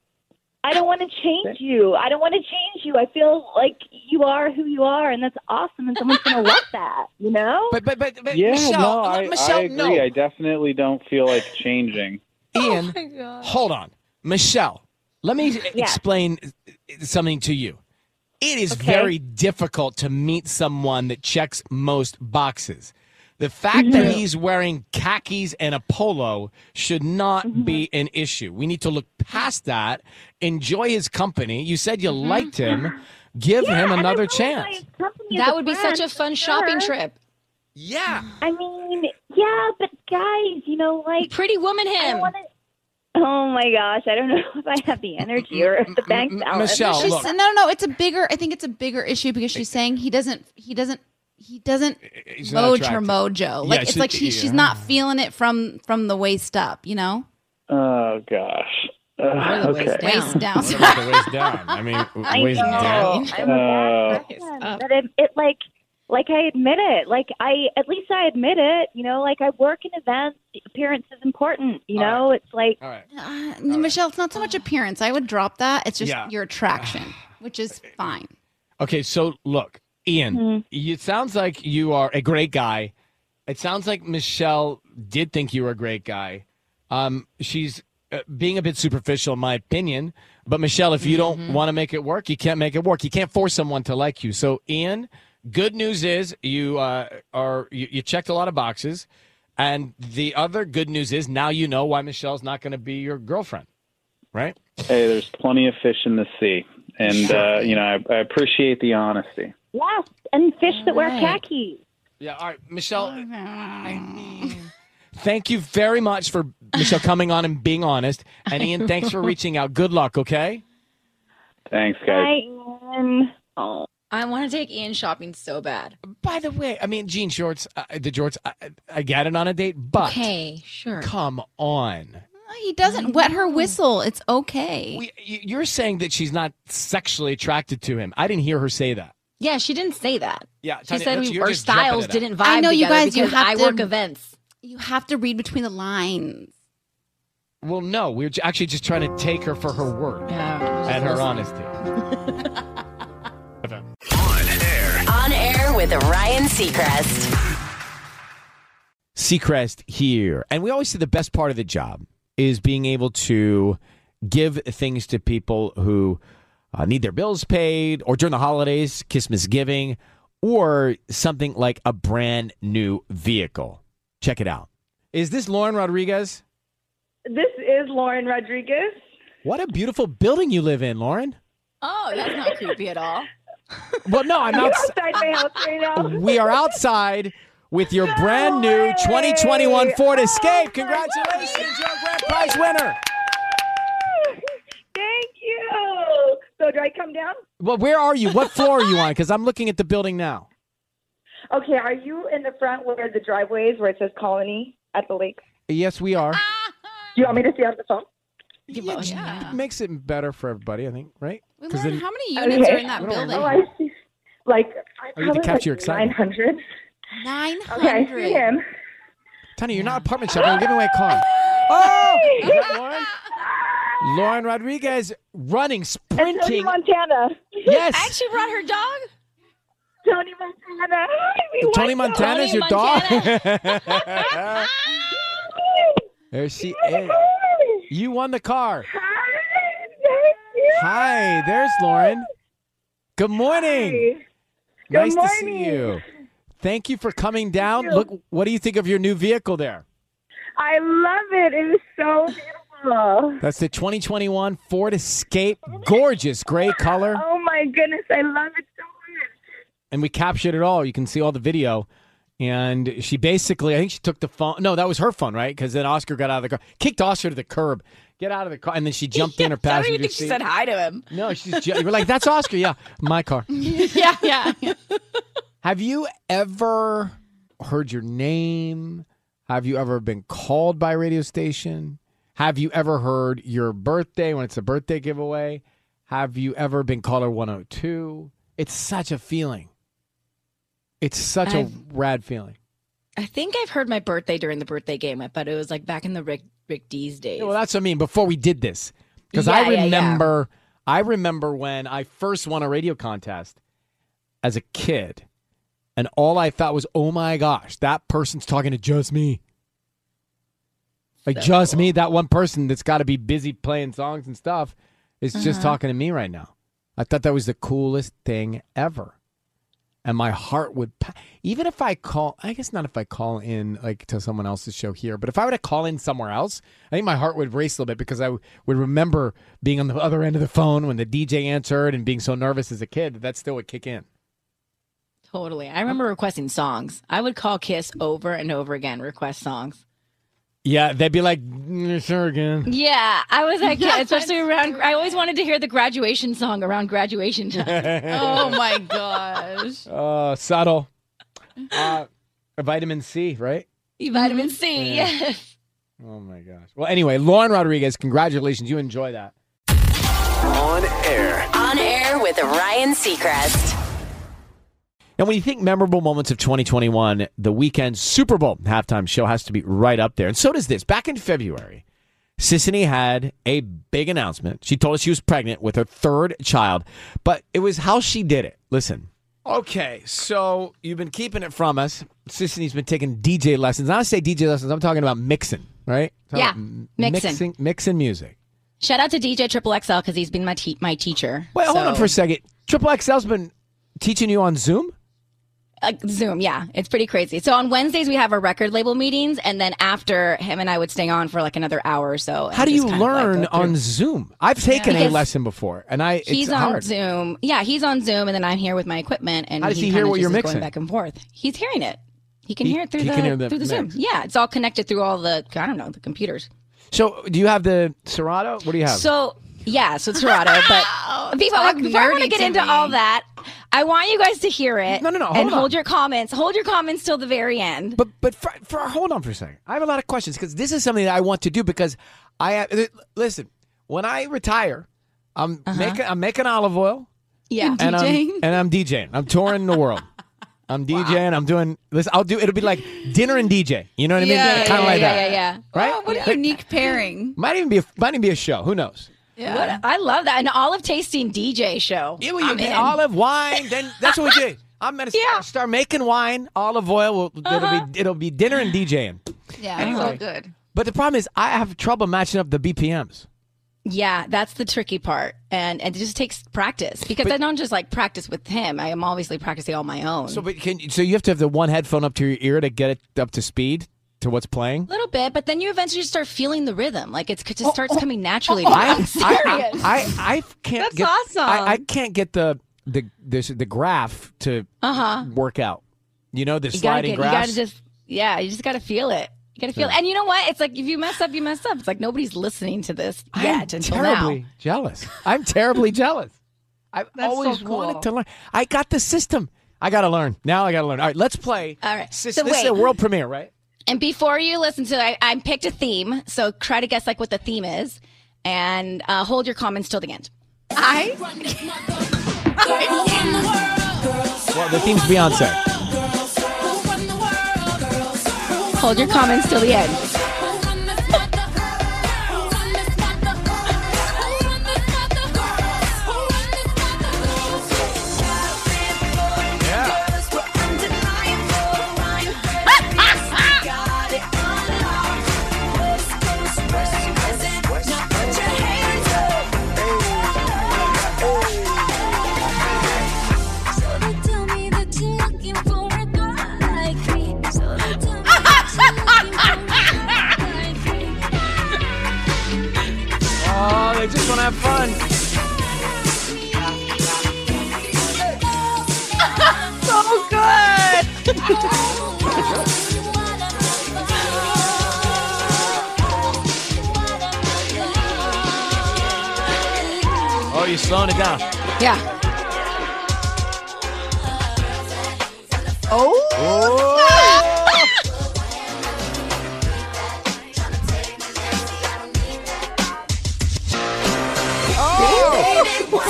[SPEAKER 11] I don't want to change you. I don't want to change you. I feel like you are who you are, and that's awesome. And someone's going to love that, you know?
[SPEAKER 2] But but but, but
[SPEAKER 10] yeah,
[SPEAKER 2] Michelle,
[SPEAKER 10] no, I,
[SPEAKER 2] Michelle,
[SPEAKER 10] I agree.
[SPEAKER 2] no.
[SPEAKER 10] I definitely don't feel like changing.
[SPEAKER 5] Oh
[SPEAKER 2] Ian, hold on. Michelle, let me explain something to you. It is very difficult to meet someone that checks most boxes. The fact that
[SPEAKER 5] Mm-hmm.
[SPEAKER 2] he's wearing khakis and a polo should not
[SPEAKER 5] Mm-hmm.
[SPEAKER 2] be an issue. We need to look past that, enjoy his company. You said you
[SPEAKER 5] Mm-hmm.
[SPEAKER 2] liked him, give him another chance.
[SPEAKER 4] That would be such a fun shopping trip.
[SPEAKER 2] Yeah.
[SPEAKER 5] Oh,
[SPEAKER 11] I mean, yeah, but guys, you know, like
[SPEAKER 4] pretty woman him.
[SPEAKER 11] oh my gosh, I don't know if I have the energy or if the bank balance.
[SPEAKER 2] Oh,
[SPEAKER 5] She's- no, no, no. It's a bigger. I think it's a bigger issue because she's saying he doesn't. He doesn't. He doesn't
[SPEAKER 2] He's not
[SPEAKER 5] mode her
[SPEAKER 2] attractive.
[SPEAKER 5] mojo. Like
[SPEAKER 2] Yeah,
[SPEAKER 5] it's
[SPEAKER 2] she-
[SPEAKER 5] like she, she's not feeling it from from the waist up. You know.
[SPEAKER 10] Oh gosh. Uh,
[SPEAKER 5] Or the
[SPEAKER 10] okay.
[SPEAKER 5] waist down. Waist
[SPEAKER 2] What
[SPEAKER 5] down.
[SPEAKER 2] about the waist down? I mean,
[SPEAKER 11] I
[SPEAKER 2] waist
[SPEAKER 11] know.
[SPEAKER 2] down.
[SPEAKER 11] I'm a
[SPEAKER 10] Uh,
[SPEAKER 11] bad person, but it, it like like I admit it. Like I at least I admit it. You know, like I work in events. Appearance is important. You know, it's like
[SPEAKER 5] Uh,
[SPEAKER 4] Oh.
[SPEAKER 5] Michelle, it's not so much appearance. I would drop that. It's just
[SPEAKER 2] Yeah.
[SPEAKER 5] your attraction, which is fine.
[SPEAKER 2] Okay, so look, Ian,
[SPEAKER 11] Mm-hmm.
[SPEAKER 2] it sounds like you are a great guy. It sounds like Michelle did think you were a great guy. Um, she's uh, being a bit superficial, in my opinion. But Michelle, if you
[SPEAKER 11] Mm-hmm.
[SPEAKER 2] don't want to make it work, you can't make it work. You can't force someone to like you. So, Ian, good news is you uh, are you, you checked a lot of boxes, and the other good news is now you know why Michelle's not going to be your girlfriend, right?
[SPEAKER 10] Hey, there's plenty of fish in the sea, and uh, you know I, I appreciate the honesty.
[SPEAKER 11] yes, and fish that wear
[SPEAKER 2] All right.
[SPEAKER 11] khakis.
[SPEAKER 2] Yeah. All right, Michelle.
[SPEAKER 4] Oh,
[SPEAKER 2] Thank you very much for Michelle coming on and being honest. And Ian, thanks for reaching out. Good luck, okay?
[SPEAKER 10] Thanks,
[SPEAKER 11] Oh.
[SPEAKER 4] I want to take Ian shopping so bad.
[SPEAKER 2] By the way, I mean jean shorts, uh, the jorts. I, I got it on a date, but
[SPEAKER 4] Okay, sure.
[SPEAKER 2] come on.
[SPEAKER 5] He doesn't wet her whistle. It's okay.
[SPEAKER 2] Y- You're saying that she's not sexually attracted to him. I didn't hear her say that.
[SPEAKER 4] Yeah, she didn't say that.
[SPEAKER 2] Yeah,
[SPEAKER 4] she
[SPEAKER 2] Tanya,
[SPEAKER 4] said
[SPEAKER 2] that's-
[SPEAKER 4] we,
[SPEAKER 2] you're
[SPEAKER 4] our
[SPEAKER 2] just jumping
[SPEAKER 4] styles
[SPEAKER 2] it up.
[SPEAKER 4] didn't vibe.
[SPEAKER 5] I know you
[SPEAKER 4] together
[SPEAKER 5] guys. You
[SPEAKER 4] because
[SPEAKER 5] have
[SPEAKER 4] I
[SPEAKER 5] to,
[SPEAKER 4] work events.
[SPEAKER 5] You have to read between the lines.
[SPEAKER 2] Well, no, we were j- actually just trying to take her for her word and her honesty.
[SPEAKER 1] On air with Ryan Seacrest.
[SPEAKER 2] Seacrest here. And we always say the best part of the job is being able to give things to people who uh, need their bills paid or during the holidays, Christmas giving, or something like a brand new vehicle. Check it out. Is this Lauren Rodriguez?
[SPEAKER 12] This is Lauren Rodriguez.
[SPEAKER 2] What a beautiful building you live in, Lauren.
[SPEAKER 4] Oh, that's not creepy at all.
[SPEAKER 2] Well, no, I'm
[SPEAKER 12] You're
[SPEAKER 2] not.
[SPEAKER 12] outside my house right now.
[SPEAKER 2] We are outside with your brand new 2021 Ford Escape. Congratulations, you're a grand prize winner.
[SPEAKER 12] Thank you. So do I come down?
[SPEAKER 2] Well, where are you? What floor are you on? Because I'm looking at the building now.
[SPEAKER 12] Okay, are you in the front where the driveway is where it says Colony at the lake?
[SPEAKER 2] Yes, we are.
[SPEAKER 12] Do you want me to stay on the phone?
[SPEAKER 2] Ah, Yeah, j- Makes it better for everybody, I think, right? 'Cause then-
[SPEAKER 5] many
[SPEAKER 2] units are in that
[SPEAKER 12] Oh,
[SPEAKER 2] building?
[SPEAKER 12] I see. Like,
[SPEAKER 2] I need to capture your
[SPEAKER 12] Nine
[SPEAKER 2] excitement.
[SPEAKER 12] hundred.
[SPEAKER 5] Nine
[SPEAKER 12] Okay, I see him.
[SPEAKER 2] Tanya, you're not apartment shopping. You're giving away a car. Oh, is that Lauren? Lauren Rodriguez running,
[SPEAKER 12] And Tony
[SPEAKER 2] sprinting.
[SPEAKER 12] Montana.
[SPEAKER 2] Yes.
[SPEAKER 4] And she brought her dog.
[SPEAKER 12] Tony Montana. We
[SPEAKER 2] Tony
[SPEAKER 12] want
[SPEAKER 2] Montana's your dog. there she is. You won the car. Hi, there's Lauren. Good morning.
[SPEAKER 12] Good
[SPEAKER 2] nice to see
[SPEAKER 12] morning.
[SPEAKER 2] you. Thank you for coming down. Look, what do you think of your new vehicle there?
[SPEAKER 12] I love it. It is so beautiful.
[SPEAKER 2] That's the 2021 Ford Escape. Gorgeous gray color.
[SPEAKER 12] Oh my goodness, I love it so much.
[SPEAKER 2] And we captured it all. You can see all the video. And she basically, I think she took the phone. No, that was her phone, right? Because then Oscar got out of the car, kicked Oscar to the curb, get out of the car, and then she jumped in her
[SPEAKER 4] I
[SPEAKER 2] passenger
[SPEAKER 4] don't even think
[SPEAKER 2] seat.
[SPEAKER 4] she said hi to him.
[SPEAKER 2] No, she's ju- we're like, that's Oscar. Yeah, my car.
[SPEAKER 4] yeah, yeah.
[SPEAKER 2] Have you ever heard your name? Have you ever been called by a radio station? Have you ever heard your birthday when it's a birthday giveaway? Have you ever been caller 102? It's such a feeling. It's such
[SPEAKER 4] I've-
[SPEAKER 2] a rad feeling.
[SPEAKER 4] I think I've heard my birthday during the birthday game, but it was like back in the Rick Rick D's days.
[SPEAKER 2] Yeah, well, that's what I mean. Before we did this, Because
[SPEAKER 4] Yeah,
[SPEAKER 2] I
[SPEAKER 4] yeah, yeah.
[SPEAKER 2] remember, I remember when I first won a radio contest as a kid, and all I thought was, "Oh my gosh, that person's talking to just me." Like
[SPEAKER 13] So
[SPEAKER 2] just me, that one person that's got to be busy playing songs and stuff is just
[SPEAKER 13] Mhm.
[SPEAKER 4] Uh-huh.
[SPEAKER 2] talking to me right now. I thought that was the coolest thing ever. And my heart would, pa- even if I call, I guess not if I call in like to someone else's show here, but if I were to call in somewhere else, I think my heart would race a little bit because I w- would remember being on the other end of the phone when the DJ answered and being so nervous as a kid that that still would kick in.
[SPEAKER 4] Totally. I remember requesting songs. I would call Kiss over and over again, request songs.
[SPEAKER 2] Yeah, they'd be like, "Mm, sure again.
[SPEAKER 4] Yeah, I was like, yeah, especially around. I always wanted to hear the graduation song around graduation time.
[SPEAKER 2] Oh,
[SPEAKER 5] my gosh.
[SPEAKER 2] Uh, subtle. Uh, vitamin C, right?
[SPEAKER 4] Vitamin C.
[SPEAKER 2] Yeah.
[SPEAKER 4] Yes.
[SPEAKER 2] Oh my gosh. Well, anyway, Lauren Rodriguez, congratulations. You enjoy that.
[SPEAKER 1] On air. On air with Ryan Seacrest.
[SPEAKER 2] And when you think memorable moments of 2021, the weekend Super Bowl halftime show has to be right up there. And so does this. Back in February, Sissany had a big announcement. She told us she was pregnant with her third child, but it was how she did it. Listen. Okay, so you've been keeping it from us. Sissany's been taking DJ lessons. And I say DJ lessons, I'm talking about mixing, right? Talking
[SPEAKER 4] Yeah,
[SPEAKER 2] about m-
[SPEAKER 4] mixing.
[SPEAKER 2] mixing. Mixing music.
[SPEAKER 4] Shout out to DJ Triple XL because he's been my te- my teacher.
[SPEAKER 2] Wait, hold on
[SPEAKER 4] So-
[SPEAKER 2] for a second. Triple XL's been teaching you on Zoom?
[SPEAKER 4] Uh, Zoom, yeah. It's pretty crazy. So on Wednesdays, we have our record label meetings. And then after, him and I would stay on for like another hour or so. and
[SPEAKER 2] How do
[SPEAKER 4] just
[SPEAKER 2] you
[SPEAKER 4] kind of, like,
[SPEAKER 2] learn
[SPEAKER 4] go through.
[SPEAKER 2] on Zoom? I've taken a
[SPEAKER 4] Because
[SPEAKER 2] lesson before, and I it's
[SPEAKER 4] He's on
[SPEAKER 2] hard.
[SPEAKER 4] Zoom. Yeah, he's on Zoom. And then I'm here with my equipment. And
[SPEAKER 2] How does
[SPEAKER 4] he,
[SPEAKER 2] he hear
[SPEAKER 4] kinda
[SPEAKER 2] what
[SPEAKER 4] just
[SPEAKER 2] you're
[SPEAKER 4] is
[SPEAKER 2] mixing?
[SPEAKER 4] Going back and forth. He's hearing it. He can
[SPEAKER 2] He-
[SPEAKER 4] hear it through
[SPEAKER 2] he
[SPEAKER 4] the,
[SPEAKER 2] can hear the
[SPEAKER 4] through the Zoom.
[SPEAKER 2] mix.
[SPEAKER 4] Yeah, it's all connected through all the, I don't know, the computers.
[SPEAKER 2] So, do you have the Serato? What do you have?
[SPEAKER 4] So yeah, so Toronto. But before,
[SPEAKER 5] talk
[SPEAKER 4] before I want
[SPEAKER 5] nerdy
[SPEAKER 4] to get
[SPEAKER 5] to
[SPEAKER 4] into
[SPEAKER 5] me.
[SPEAKER 4] all that, I want you guys to hear it. No, no, no. and
[SPEAKER 2] hold on.
[SPEAKER 4] hold your comments. Hold your comments till the very end.
[SPEAKER 2] but but for, for hold on for a second, I have a lot of questions because this is something that I want to do because I have, listen when I retire, I'm
[SPEAKER 4] Uh-huh.
[SPEAKER 2] making I'm making olive oil.
[SPEAKER 4] Yeah.
[SPEAKER 2] and I'm, and I'm DJing. I'm touring the world. I'm DJing. I'm doing this. I'll do. It'll be like dinner and DJ. You know what I mean? kind of like that. Right?
[SPEAKER 5] Oh, what
[SPEAKER 2] Yeah.
[SPEAKER 5] a unique pairing.
[SPEAKER 2] Might even be a, might even be a show. Who knows?
[SPEAKER 4] What, I love that an olive tasting DJ show.
[SPEAKER 2] Yeah, well, you
[SPEAKER 4] I'm
[SPEAKER 2] get
[SPEAKER 4] in.
[SPEAKER 2] olive wine. Then that's what we did. I'm gonna start making wine, olive oil. We'll,
[SPEAKER 4] Uh-huh.
[SPEAKER 2] It'll be it'll be dinner and DJing.
[SPEAKER 5] Yeah,
[SPEAKER 2] Anyway.
[SPEAKER 5] so good.
[SPEAKER 2] But the problem is, I have trouble matching up the BPMs.
[SPEAKER 4] Yeah, that's the tricky part, and and it just takes practice because I don't just like practice with him. I am obviously practicing on my own.
[SPEAKER 2] So, but can so you have to have the one headphone up to your ear to get it up to speed to what's playing.
[SPEAKER 4] little bit, but then you eventually just start feeling the rhythm. Like it's, it
[SPEAKER 2] Oh,
[SPEAKER 4] just starts coming naturally. to
[SPEAKER 2] I,
[SPEAKER 4] you. I'm
[SPEAKER 2] I,
[SPEAKER 4] serious.
[SPEAKER 2] I, I, I can't.
[SPEAKER 4] That's
[SPEAKER 2] get,
[SPEAKER 4] awesome.
[SPEAKER 2] I, I can't get the the this, the graph to
[SPEAKER 4] Uh-huh.
[SPEAKER 2] work out. You know the
[SPEAKER 4] you gotta
[SPEAKER 2] sliding
[SPEAKER 4] get, you
[SPEAKER 2] graphs.
[SPEAKER 4] gotta just, yeah, you just gotta feel it. You gotta feel
[SPEAKER 2] Yeah.
[SPEAKER 4] it. And you know what? It's like if you mess up, you mess up. It's like nobody's listening to this yet until
[SPEAKER 2] terribly
[SPEAKER 4] now.
[SPEAKER 2] jealous. I'm terribly jealous. I've
[SPEAKER 4] That's so
[SPEAKER 2] always
[SPEAKER 4] cool.
[SPEAKER 2] wanted to learn. I got the system. I got to learn. Now I got to learn. All right, let's play.
[SPEAKER 4] All right.
[SPEAKER 2] This,
[SPEAKER 4] So
[SPEAKER 2] this is
[SPEAKER 4] wait.
[SPEAKER 2] a world premiere, right?
[SPEAKER 4] And before you listen to it, I, I picked a theme. So try to guess like what the theme is and uh, hold your comments till the end.
[SPEAKER 5] I
[SPEAKER 2] Well, the theme's Beyonce.
[SPEAKER 4] Hold your comments till the end.
[SPEAKER 2] Oh, they just want to have fun.
[SPEAKER 5] so good.
[SPEAKER 2] Oh, you're slowing it down.
[SPEAKER 4] Yeah.
[SPEAKER 5] Oh.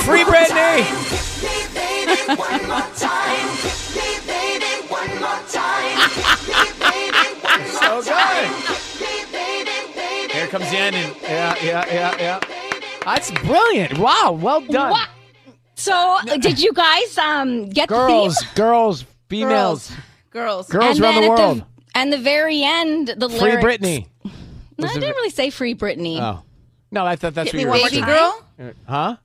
[SPEAKER 2] Free Britney! so good. Here comes the ending. Yeah, yeah, yeah, yeah. That's brilliant. Wow. Well done.
[SPEAKER 4] What? So, uh, did you guys um get
[SPEAKER 2] Girls,
[SPEAKER 4] the theme?
[SPEAKER 2] girls, females.
[SPEAKER 5] Girls,
[SPEAKER 2] Girls
[SPEAKER 4] and
[SPEAKER 2] around
[SPEAKER 4] then
[SPEAKER 2] the
[SPEAKER 4] at
[SPEAKER 2] world.
[SPEAKER 4] and the very end, the
[SPEAKER 2] Free
[SPEAKER 4] lyrics.
[SPEAKER 2] Britney.
[SPEAKER 4] No, I didn't really say free Britney.
[SPEAKER 2] Oh. No, I thought that's
[SPEAKER 4] Hit
[SPEAKER 2] what
[SPEAKER 4] me
[SPEAKER 2] you were
[SPEAKER 4] one more
[SPEAKER 2] saying.
[SPEAKER 4] time.
[SPEAKER 2] Huh?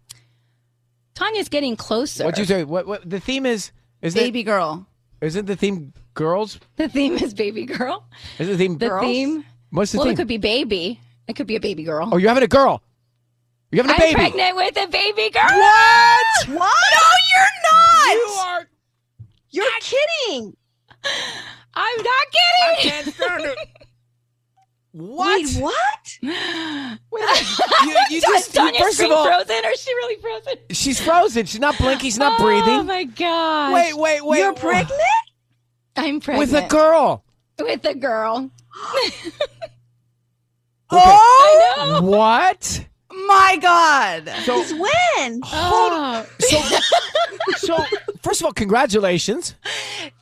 [SPEAKER 4] Tanya's getting closer.
[SPEAKER 2] What'd you say? What, what the theme is is
[SPEAKER 5] Baby girl.
[SPEAKER 2] Isn't the theme girls?
[SPEAKER 4] The theme is baby girl.
[SPEAKER 2] Is the theme
[SPEAKER 4] The
[SPEAKER 2] girls?
[SPEAKER 4] theme.
[SPEAKER 2] What's the
[SPEAKER 4] well,
[SPEAKER 2] theme?
[SPEAKER 4] it could be baby. It could be a baby girl.
[SPEAKER 2] oh, you're having a girl. You're having a
[SPEAKER 4] I'm
[SPEAKER 2] baby.
[SPEAKER 4] pregnant with a baby girl.
[SPEAKER 2] What?
[SPEAKER 5] What? No,
[SPEAKER 4] you're not. You are.
[SPEAKER 13] You're kidding.
[SPEAKER 4] I'm not kidding. I can't
[SPEAKER 2] stand it.
[SPEAKER 13] What? Wait, what?
[SPEAKER 2] you- you just- you- first
[SPEAKER 4] Tanya's
[SPEAKER 2] of
[SPEAKER 4] screen
[SPEAKER 2] all-
[SPEAKER 4] frozen, or is she really frozen?
[SPEAKER 2] She's frozen. She's not blinking. She's not breathing.
[SPEAKER 4] Oh my gosh.
[SPEAKER 2] Wait, wait, wait.
[SPEAKER 13] You're pregnant?
[SPEAKER 4] I'm pregnant
[SPEAKER 2] With a girl.
[SPEAKER 4] With a girl.
[SPEAKER 2] Oh, what?
[SPEAKER 13] My God.
[SPEAKER 2] So-
[SPEAKER 13] Since when?
[SPEAKER 4] Oh,
[SPEAKER 2] So, so first of all, congratulations.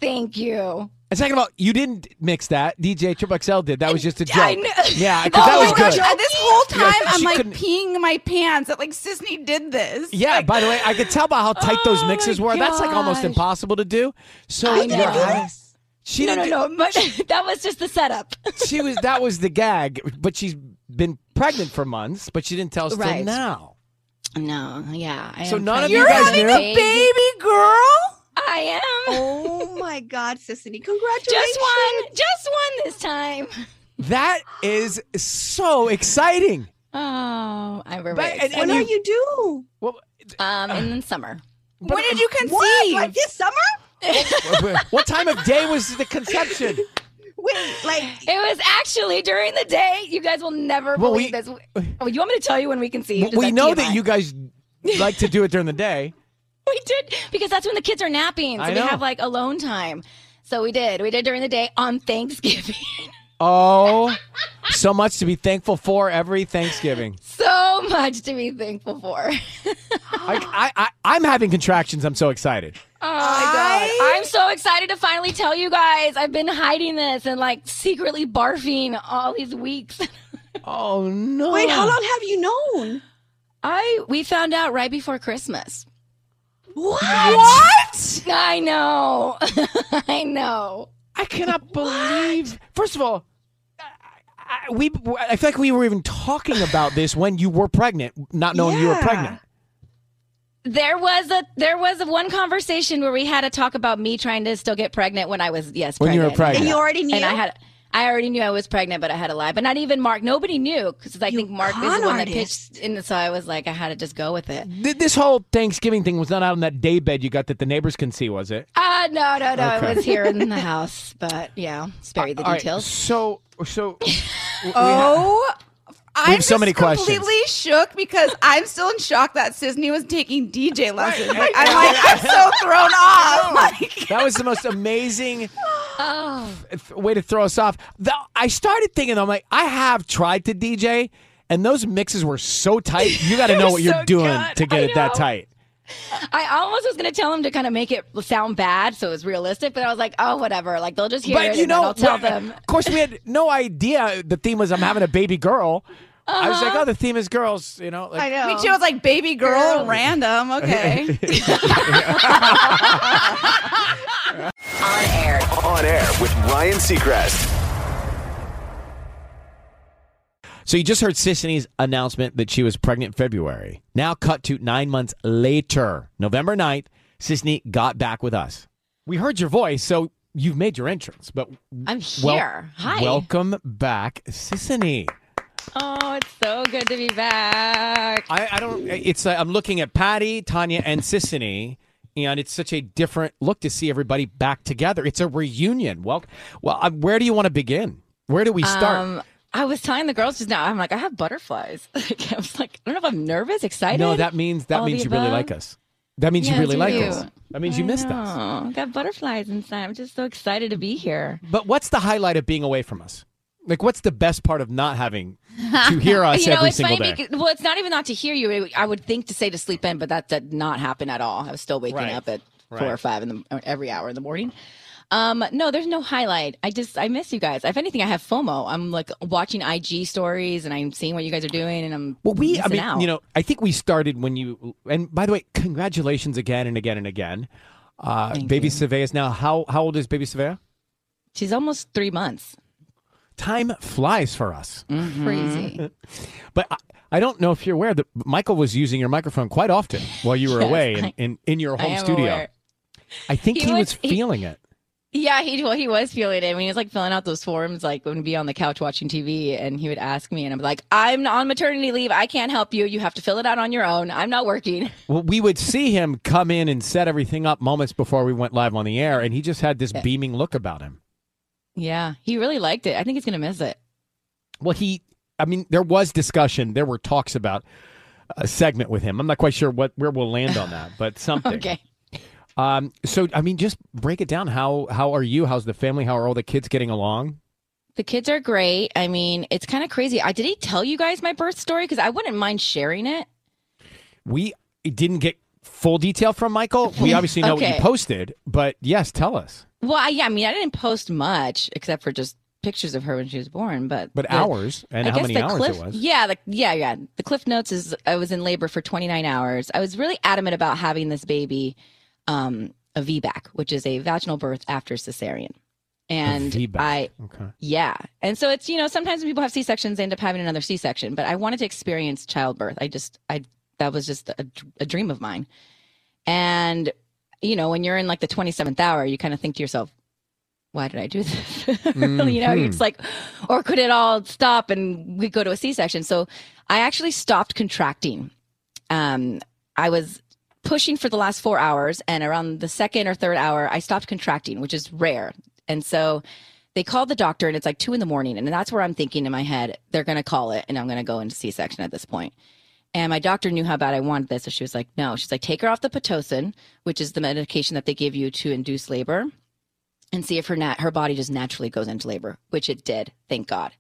[SPEAKER 4] thank you.
[SPEAKER 2] And second of all, you didn't mix that. DJ Triple XL did. That was just a joke.
[SPEAKER 4] I know.
[SPEAKER 2] Yeah, because that
[SPEAKER 5] oh
[SPEAKER 2] was
[SPEAKER 5] my gosh,
[SPEAKER 2] good.
[SPEAKER 5] I- this whole
[SPEAKER 2] Yeah,
[SPEAKER 5] time I'm
[SPEAKER 2] she
[SPEAKER 5] like
[SPEAKER 2] couldn't-
[SPEAKER 5] peeing my pants that like Sisney did this.
[SPEAKER 2] Yeah, by the way, I could tell by how tight those mixes were. That's like almost
[SPEAKER 5] gosh.
[SPEAKER 2] impossible to do. So
[SPEAKER 4] Oh I know.
[SPEAKER 2] you're having- She
[SPEAKER 4] no,
[SPEAKER 2] didn't
[SPEAKER 4] no, no. but that was just the setup.
[SPEAKER 2] she was that was the gag, but she's been pregnant for months, but she didn't tell us till
[SPEAKER 4] Right.
[SPEAKER 2] now.
[SPEAKER 4] No, yeah. I
[SPEAKER 2] So
[SPEAKER 4] am
[SPEAKER 2] none of
[SPEAKER 4] pregnant
[SPEAKER 2] you guys
[SPEAKER 4] with
[SPEAKER 2] knew?
[SPEAKER 13] baby girl?
[SPEAKER 4] I am.
[SPEAKER 13] Oh my God, Sissany. Congratulations.
[SPEAKER 4] Just one. Just one this time.
[SPEAKER 2] That is so exciting.
[SPEAKER 4] Oh, I remember.
[SPEAKER 2] But- and-
[SPEAKER 13] When
[SPEAKER 2] and
[SPEAKER 13] are
[SPEAKER 2] you-
[SPEAKER 13] you due?
[SPEAKER 2] Well,
[SPEAKER 4] Um, in the summer. um,
[SPEAKER 5] when did you conceive?
[SPEAKER 13] What? Like this summer?
[SPEAKER 2] what time of day was the conception?
[SPEAKER 13] Wait, like
[SPEAKER 4] It was actually during the day. You guys will never
[SPEAKER 2] Well,
[SPEAKER 4] believe
[SPEAKER 2] we-
[SPEAKER 4] this. Oh, you want me to tell you when we conceived? Is
[SPEAKER 2] we know that
[SPEAKER 4] TMI?
[SPEAKER 2] you guys like to do it during the day.
[SPEAKER 4] We did because that's when the kids are napping, so
[SPEAKER 2] I
[SPEAKER 4] we
[SPEAKER 2] know.
[SPEAKER 4] have like alone time. So we did. We did during the day on Thanksgiving.
[SPEAKER 2] Oh, so much to be thankful for every Thanksgiving.
[SPEAKER 4] so much to be thankful for.
[SPEAKER 2] I, I, I, I'm having contractions. I'm so excited.
[SPEAKER 4] Oh my god! I'm so excited to finally tell you guys. I've been hiding this and like secretly barfing all these weeks.
[SPEAKER 2] Oh no!
[SPEAKER 13] wait, how long have you known?
[SPEAKER 4] I we found out right before Christmas.
[SPEAKER 13] What?
[SPEAKER 5] What?
[SPEAKER 4] I know. I know.
[SPEAKER 2] I cannot believe. First of all, I, I, we I feel like we were even talking about this when you were pregnant, not knowing you were
[SPEAKER 13] Yeah.
[SPEAKER 2] pregnant.
[SPEAKER 4] There was a there was a one conversation where we had a talk about me trying to still get pregnant when I was yes
[SPEAKER 2] When you were pregnant.
[SPEAKER 13] And you already knew.
[SPEAKER 4] and I had I already knew I was pregnant, but I had a lie. But not even Mark. Nobody knew because I think Mark is
[SPEAKER 13] con
[SPEAKER 4] the one that
[SPEAKER 13] artist.
[SPEAKER 4] pitched in. So I was like, I had to just go with it.
[SPEAKER 2] Th- This whole Thanksgiving thing was not out on that day bed you got that the neighbors can see, was it?
[SPEAKER 4] Uh, no, no, no.
[SPEAKER 2] Okay.
[SPEAKER 4] It was here in the house, but yeah, spare the
[SPEAKER 2] All right,
[SPEAKER 4] details.
[SPEAKER 2] so, so.
[SPEAKER 5] Oh, I'm
[SPEAKER 2] so many
[SPEAKER 5] just completely shook because I'm still in shock that Sisney was taking DJ lessons. Like, I'm like, I'm so thrown off. Like,
[SPEAKER 2] that was the most amazing
[SPEAKER 4] Oh,
[SPEAKER 2] th- way to throw us off. The, I started thinking, I'm like, I have tried to DJ, and those mixes were so tight. You got to know what you're
[SPEAKER 4] So
[SPEAKER 2] doing
[SPEAKER 4] good.
[SPEAKER 2] to get
[SPEAKER 4] I
[SPEAKER 2] it that
[SPEAKER 4] know.
[SPEAKER 2] tight.
[SPEAKER 4] I almost was gonna tell him to kind of make it sound bad so it was realistic, but I was like, oh, whatever. Like they'll just hear it.
[SPEAKER 2] but you
[SPEAKER 4] and then
[SPEAKER 2] know,
[SPEAKER 4] I'll tell
[SPEAKER 2] we-
[SPEAKER 4] them.
[SPEAKER 2] Of course, we had no idea the theme was I'm having a baby girl. I was
[SPEAKER 4] Uh-huh.
[SPEAKER 2] like, oh, the theme is girls. You know,
[SPEAKER 13] I
[SPEAKER 2] like,
[SPEAKER 13] know.
[SPEAKER 5] we chose like baby girl, random. Okay.
[SPEAKER 1] On air.
[SPEAKER 7] On air with Ryan Seacrest.
[SPEAKER 2] so you just heard Sisney's announcement that she was pregnant February. Now cut to nine months later, November 9th, Sisney got back with us. We heard your voice, so you've made your entrance. But
[SPEAKER 4] I'm here.
[SPEAKER 2] wel-
[SPEAKER 4] Hi.
[SPEAKER 2] welcome back, Sisney.
[SPEAKER 4] Oh, it's so good to be back.
[SPEAKER 2] I, I don't. It's uh, I'm looking at Patty, Tanya, and Sissany, and it's such a different look to see everybody back together. It's a reunion. Well, well, uh, where do you want to begin? Where do we start?
[SPEAKER 4] Um, I was telling the girls just now. I'm like, I have butterflies. Like, I was like, I don't know if I'm nervous, excited.
[SPEAKER 2] no, that means that
[SPEAKER 4] All
[SPEAKER 2] means
[SPEAKER 4] the
[SPEAKER 2] you really
[SPEAKER 4] above.
[SPEAKER 2] like us. That means you
[SPEAKER 4] Yeah, I
[SPEAKER 2] really like
[SPEAKER 4] do.
[SPEAKER 2] us. That means you missed us.
[SPEAKER 4] Oh, I got butterflies inside. I'm just so excited to be here.
[SPEAKER 2] But what's the highlight of being away from us? Like, what's the best part of not having to hear us
[SPEAKER 4] you know,
[SPEAKER 2] every
[SPEAKER 4] it's
[SPEAKER 2] single
[SPEAKER 4] funny
[SPEAKER 2] day?
[SPEAKER 4] Because, well, it's not even not to hear you. I would think to say to sleep in, but that did not happen at all. I was still waking
[SPEAKER 2] Right.
[SPEAKER 4] up at
[SPEAKER 2] Right.
[SPEAKER 4] four or five in the every hour in the morning. Um, no, there's no highlight. I just I miss you guys. If anything, I have FOMO. I'm like watching IG stories and I'm seeing what you guys are doing, and I'm
[SPEAKER 2] Well, we, I
[SPEAKER 4] missing
[SPEAKER 2] mean,
[SPEAKER 4] out.
[SPEAKER 2] you know, I think we started when you, and by the way, congratulations again and again and again. Uh, baby Savea is now, how, how old is baby Savea?
[SPEAKER 4] she's almost three months.
[SPEAKER 2] Time flies for us.
[SPEAKER 4] Mm. Crazy.
[SPEAKER 2] but I, I don't know if you're aware that Michael was using your microphone quite often while you were
[SPEAKER 4] Yes,
[SPEAKER 2] away
[SPEAKER 4] I-
[SPEAKER 2] in, in, in your
[SPEAKER 4] I
[SPEAKER 2] home
[SPEAKER 4] am
[SPEAKER 2] studio.
[SPEAKER 4] aware.
[SPEAKER 2] I think
[SPEAKER 4] He
[SPEAKER 2] he, was
[SPEAKER 4] was- he-
[SPEAKER 2] feeling it.
[SPEAKER 4] Yeah, he well, he was feeling it. I mean, he was like filling out those forms, like when we'd be on the couch watching TV, and he would ask me, and I'm like, "I'm on maternity leave. I can't help you. You have to fill it out on your own. I'm not working."
[SPEAKER 2] Well, we would see him come in and set everything up moments before we went live on the air, and he just had this beaming look about him.
[SPEAKER 4] Yeah, he really liked it. I think he's gonna miss it.
[SPEAKER 2] Well, he, I mean, there was discussion, there were talks about a segment with him. I'm not quite sure what where we'll land on that, but something.
[SPEAKER 4] Okay.
[SPEAKER 2] Um, so, I mean, just break it down. How how are you? How's the family? How are all the kids getting along?
[SPEAKER 4] The kids are great. I mean, it's kind of crazy. I did he tell you guys my birth story because I wouldn't mind sharing it.
[SPEAKER 2] We didn't get full detail from Michael. We obviously know what
[SPEAKER 4] Okay.
[SPEAKER 2] you posted, but yes, tell us.
[SPEAKER 4] Well, I, yeah, I mean, I didn't post much except for just pictures of her when she was born, but
[SPEAKER 2] But
[SPEAKER 4] the-
[SPEAKER 2] hours and
[SPEAKER 4] I
[SPEAKER 2] how
[SPEAKER 4] guess
[SPEAKER 2] many
[SPEAKER 4] the
[SPEAKER 2] hours
[SPEAKER 4] cliff,
[SPEAKER 2] it was.
[SPEAKER 4] Yeah, the, yeah, yeah. The Cliff Notes is I was in labor for 29 hours. I was really adamant about having this baby um, a VBAC, which is a vaginal birth after cesarean. And
[SPEAKER 2] VBAC,
[SPEAKER 4] I,
[SPEAKER 2] okay.
[SPEAKER 4] yeah. And so it's, you know, sometimes when people have C sections, they end up having another C section, but I wanted to experience childbirth. I just, I, that was just a, a dream of mine. And, you know, when you're in like the 27th hour, you kind of think to yourself, why did I do this? you know,
[SPEAKER 14] Mhm.
[SPEAKER 4] you're just like, or could it all stop and we go to a C section? So I actually stopped contracting. Um, I was pushing for the last four hours, and around the second or third hour, I stopped contracting, which is rare. And so they called the doctor, and it's like two in the morning. And that's where I'm thinking in my head, they're going to call it, and I'm going to go into C section at this point. And my doctor knew how bad I wanted this. So she was like, no. She's like, take her off the Pitocin, which is the medication that they give you to induce labor and see if her nat- her body just naturally goes into labor, which it did, thank God.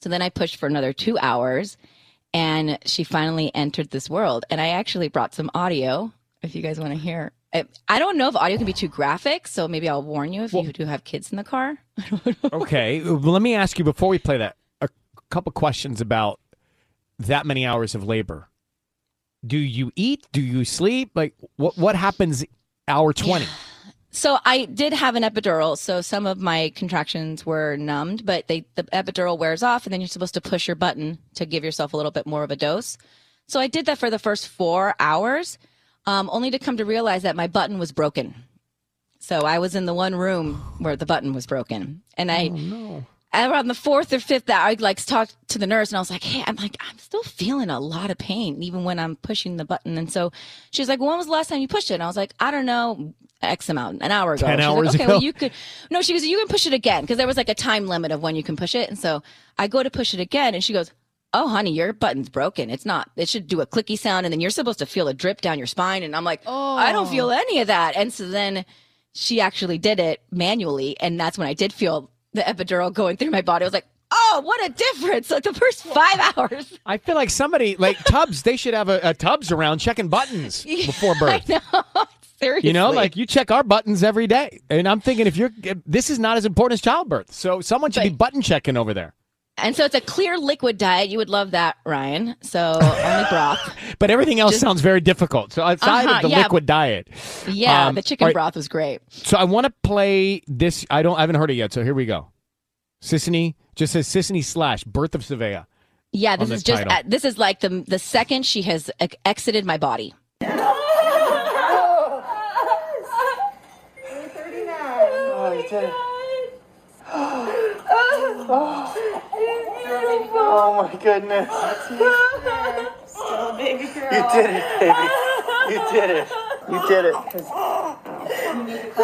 [SPEAKER 4] So then I pushed for another two hours, and she finally entered this world. And I actually brought some audio if you guys want to hear. I, I don't know if audio can be too graphic, so maybe I'll warn you if you do have kids in the car.
[SPEAKER 2] okay, well, let me ask you before we play that a couple questions about that many hours of labor. Do you eat? Do you sleep? Like what what happens hour 20?
[SPEAKER 4] So I did have an epidural, so some of my contractions were numbed, but they the epidural wears off, and then you're supposed to push your button to give yourself a little bit more of a dose. So I did that for the first four hours, um, only to come to realize that my button was broken. So I was in the one room where the button was broken, and I
[SPEAKER 14] Oh,
[SPEAKER 4] around the fourth or fifth hour, I like talked to the nurse and I was like, Hey, I'm like, I'm still feeling a lot of pain even when I'm pushing the button. And so she was like, when was the last time you pushed it? And I was like, I don't know, X amount, an hour ago.
[SPEAKER 14] 10
[SPEAKER 4] She's like,
[SPEAKER 14] hours
[SPEAKER 4] okay,
[SPEAKER 14] ago?"
[SPEAKER 4] well, you could, no, she goes, you can push it again. Cause there was like a time limit of when you can push it. And so I go to push it again and she goes, Oh, honey, your button's broken. It's not, it should do a clicky sound. And then you're supposed to feel a drip down your spine. And I'm like, Oh, I don't feel any of that. And so then she actually did it manually. And that's when I did feel the epidural going through my body. I was like, oh, what a difference. Like the first five hours.
[SPEAKER 2] I feel like somebody like Tubbs, they should have a, a Tubbs around checking buttons before birth.
[SPEAKER 4] Seriously.
[SPEAKER 2] You know, like you check our buttons every day. And I'm thinking if you're this is not as important as childbirth. So someone should be button checking over there.
[SPEAKER 4] And so it's a clear liquid diet. You would love that, Ryan. So only broth.
[SPEAKER 2] But everything else sounds very difficult. So outside
[SPEAKER 4] Uh-huh,
[SPEAKER 2] of the
[SPEAKER 4] yeah.
[SPEAKER 2] liquid diet.
[SPEAKER 4] Yeah,
[SPEAKER 2] Um,
[SPEAKER 4] the chicken
[SPEAKER 2] all right,
[SPEAKER 4] broth was great.
[SPEAKER 2] So I want to play this. I don't. I haven't heard it yet. So here we go. Sissany just says Sissany slash Birth of Savea.
[SPEAKER 4] Yeah,
[SPEAKER 2] on
[SPEAKER 4] this
[SPEAKER 2] this
[SPEAKER 4] is just
[SPEAKER 2] title.
[SPEAKER 4] uh, this is like the the second she has ex- exited my body.
[SPEAKER 15] Oh, you did it. Oh my goodness. Still baby girl. You did it, baby. You did it. You did it.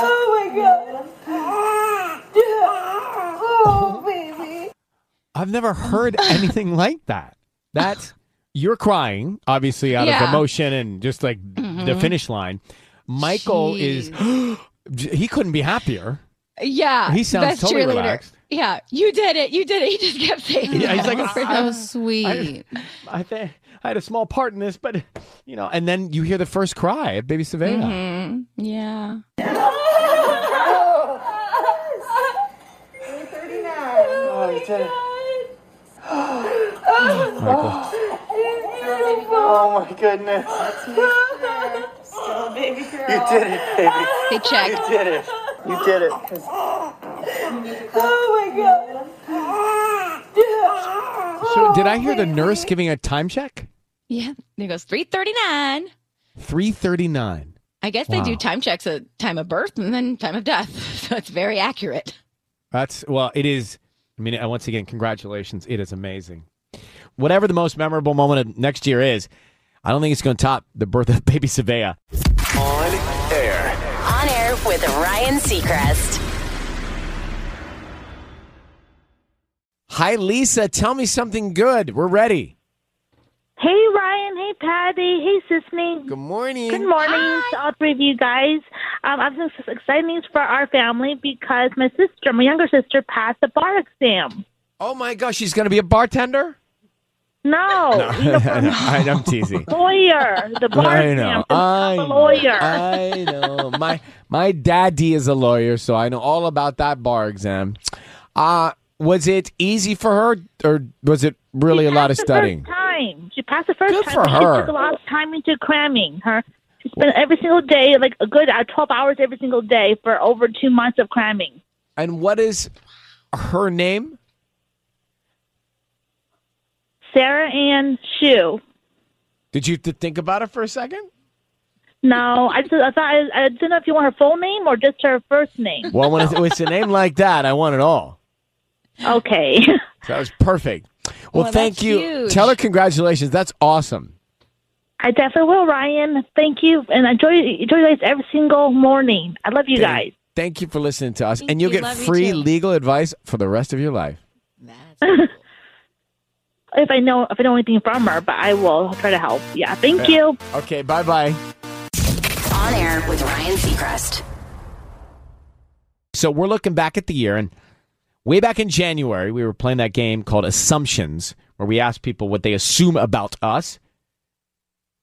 [SPEAKER 15] Oh my god. Oh baby.
[SPEAKER 2] I've never heard anything like that. That's you're crying, obviously out
[SPEAKER 15] Yeah.
[SPEAKER 2] of emotion and just like the
[SPEAKER 4] Mhm.
[SPEAKER 2] finish line. Michael is. he couldn't be happier.
[SPEAKER 4] Yeah,
[SPEAKER 2] He sounds
[SPEAKER 4] best
[SPEAKER 2] totally
[SPEAKER 4] cheerleader.
[SPEAKER 2] relaxed.
[SPEAKER 4] Yeah, you did it. You did it. He just kept saying
[SPEAKER 2] Yeah,
[SPEAKER 4] that
[SPEAKER 2] he's like,
[SPEAKER 4] over
[SPEAKER 2] "I-
[SPEAKER 4] and
[SPEAKER 2] I-
[SPEAKER 4] over.
[SPEAKER 2] I, I think I had a small part in this, but you know. And then you hear the first cry of Baby Savannah.
[SPEAKER 4] Mhm. Yeah.
[SPEAKER 15] Oh Oh, you did it.
[SPEAKER 2] Mm-hmm.
[SPEAKER 6] Oh
[SPEAKER 15] my goodness.
[SPEAKER 6] Still a baby girl.
[SPEAKER 15] You did it, baby.
[SPEAKER 4] Hey, check.
[SPEAKER 15] You did it. You did it.
[SPEAKER 6] Oh my god.
[SPEAKER 2] So did I hear the nurse giving a time check?
[SPEAKER 4] Yeah. He goes, 339.
[SPEAKER 2] Three thirty nine.
[SPEAKER 4] I guess they
[SPEAKER 2] Wow.
[SPEAKER 4] do time checks at time of birth and then time of death. So it's very accurate.
[SPEAKER 2] That's well, it is. I mean, uh, once again, congratulations. It is amazing. Whatever the most memorable moment of next year is, I don't think it's going to top the birth of baby Savea.
[SPEAKER 1] On air. On air with Ryan Seacrest.
[SPEAKER 2] Hi, Lisa. Tell me something good. We're ready.
[SPEAKER 14] Hey Ryan, hey Patty, hey Sisney.
[SPEAKER 2] Good morning.
[SPEAKER 14] Good morning to all three of you guys. Um, I have some exciting news for our family because my sister, my younger sister, passed the bar exam.
[SPEAKER 2] Oh my gosh, she's going to be a bartender.
[SPEAKER 14] No,
[SPEAKER 2] I, I'm teasing.
[SPEAKER 14] lawyer. The bar
[SPEAKER 2] I
[SPEAKER 14] exam.
[SPEAKER 2] know. I
[SPEAKER 14] a
[SPEAKER 2] know.
[SPEAKER 14] lawyer.
[SPEAKER 2] I know. My my daddy is a lawyer, so I know all about that bar exam. Uh was it easy for her, or was it really a lot of
[SPEAKER 14] The
[SPEAKER 2] studying?
[SPEAKER 14] First time. She passed the first
[SPEAKER 2] Good
[SPEAKER 14] time.
[SPEAKER 2] for
[SPEAKER 14] but
[SPEAKER 2] her.
[SPEAKER 14] She took a lot of time into cramming. Her. She spent every single day, like a good uh, twelve hours every single day for over two months of cramming.
[SPEAKER 2] And what is her name?
[SPEAKER 14] Sarah Ann Shu.
[SPEAKER 2] Did you have to think about it for a second?
[SPEAKER 14] No, I, just, I thought I, I didn't know if you want her full name or just her first name.
[SPEAKER 2] Well, when it's, it's a name like that, I want it all.
[SPEAKER 14] Okay.
[SPEAKER 2] So that was perfect. Well,
[SPEAKER 14] Well,
[SPEAKER 2] thank
[SPEAKER 14] Oh, that's
[SPEAKER 2] you.
[SPEAKER 14] huge.
[SPEAKER 2] Tell her congratulations. That's awesome.
[SPEAKER 14] I definitely will, Ryan. Thank you, and enjoy enjoy you guys every single morning. I love you guys.
[SPEAKER 2] Thank, thank you for listening to us. and you'll
[SPEAKER 14] you.
[SPEAKER 2] get
[SPEAKER 14] Love you
[SPEAKER 2] free
[SPEAKER 14] too.
[SPEAKER 2] legal advice for the rest of your life.
[SPEAKER 14] if I know if I know anything from her, but I will try to help. Yeah, thank you.
[SPEAKER 2] Okay, bye bye.
[SPEAKER 1] On air with Ryan Seacrest.
[SPEAKER 2] So we're looking back at the year, and way back in January, we were playing that game called Assumptions, where we asked people what they assume about us.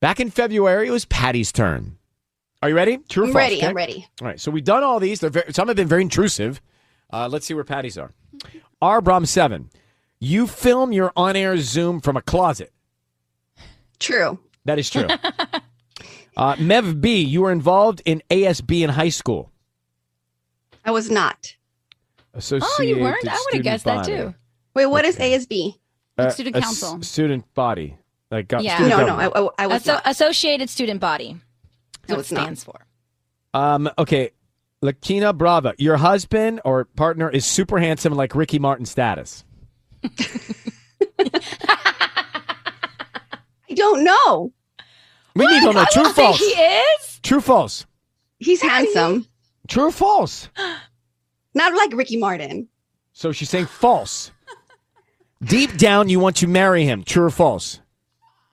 [SPEAKER 2] Back in February, it was Patty's turn. Are you ready? True or
[SPEAKER 5] I'm
[SPEAKER 2] false?
[SPEAKER 5] ready,
[SPEAKER 2] okay?
[SPEAKER 5] I'm ready.
[SPEAKER 2] All right. So we've done all these. They're very, some have been very intrusive. Uh, let's see where Patty's are. R. Brom seven. You film your on-air Zoom from a closet.
[SPEAKER 5] True.
[SPEAKER 2] That is true. uh, Mev B. You were involved in ASB in high school.
[SPEAKER 13] I was not.
[SPEAKER 2] Associated
[SPEAKER 5] Oh,
[SPEAKER 2] Student Body.
[SPEAKER 13] Wait, what is
[SPEAKER 5] ASB?
[SPEAKER 2] Uh,
[SPEAKER 4] Student
[SPEAKER 2] a s-
[SPEAKER 4] council.
[SPEAKER 2] student body. Like got
[SPEAKER 4] yeah.
[SPEAKER 2] student government.
[SPEAKER 13] I
[SPEAKER 5] was not.
[SPEAKER 4] Associated Student Body. That's
[SPEAKER 5] I
[SPEAKER 4] what
[SPEAKER 5] was
[SPEAKER 4] it
[SPEAKER 5] not.
[SPEAKER 4] stands for.
[SPEAKER 2] Um, okay. Lakina Brava, your husband or partner is super handsome like Ricky Martin status.
[SPEAKER 13] I don't know.
[SPEAKER 2] We need to know
[SPEAKER 13] I
[SPEAKER 2] true or
[SPEAKER 13] don't think
[SPEAKER 2] false.
[SPEAKER 13] he is.
[SPEAKER 2] True or false.
[SPEAKER 13] He's handsome.
[SPEAKER 2] True or false?
[SPEAKER 13] Not like Ricky Martin.
[SPEAKER 2] So she's saying false. Deep down, you want to marry him. True or false?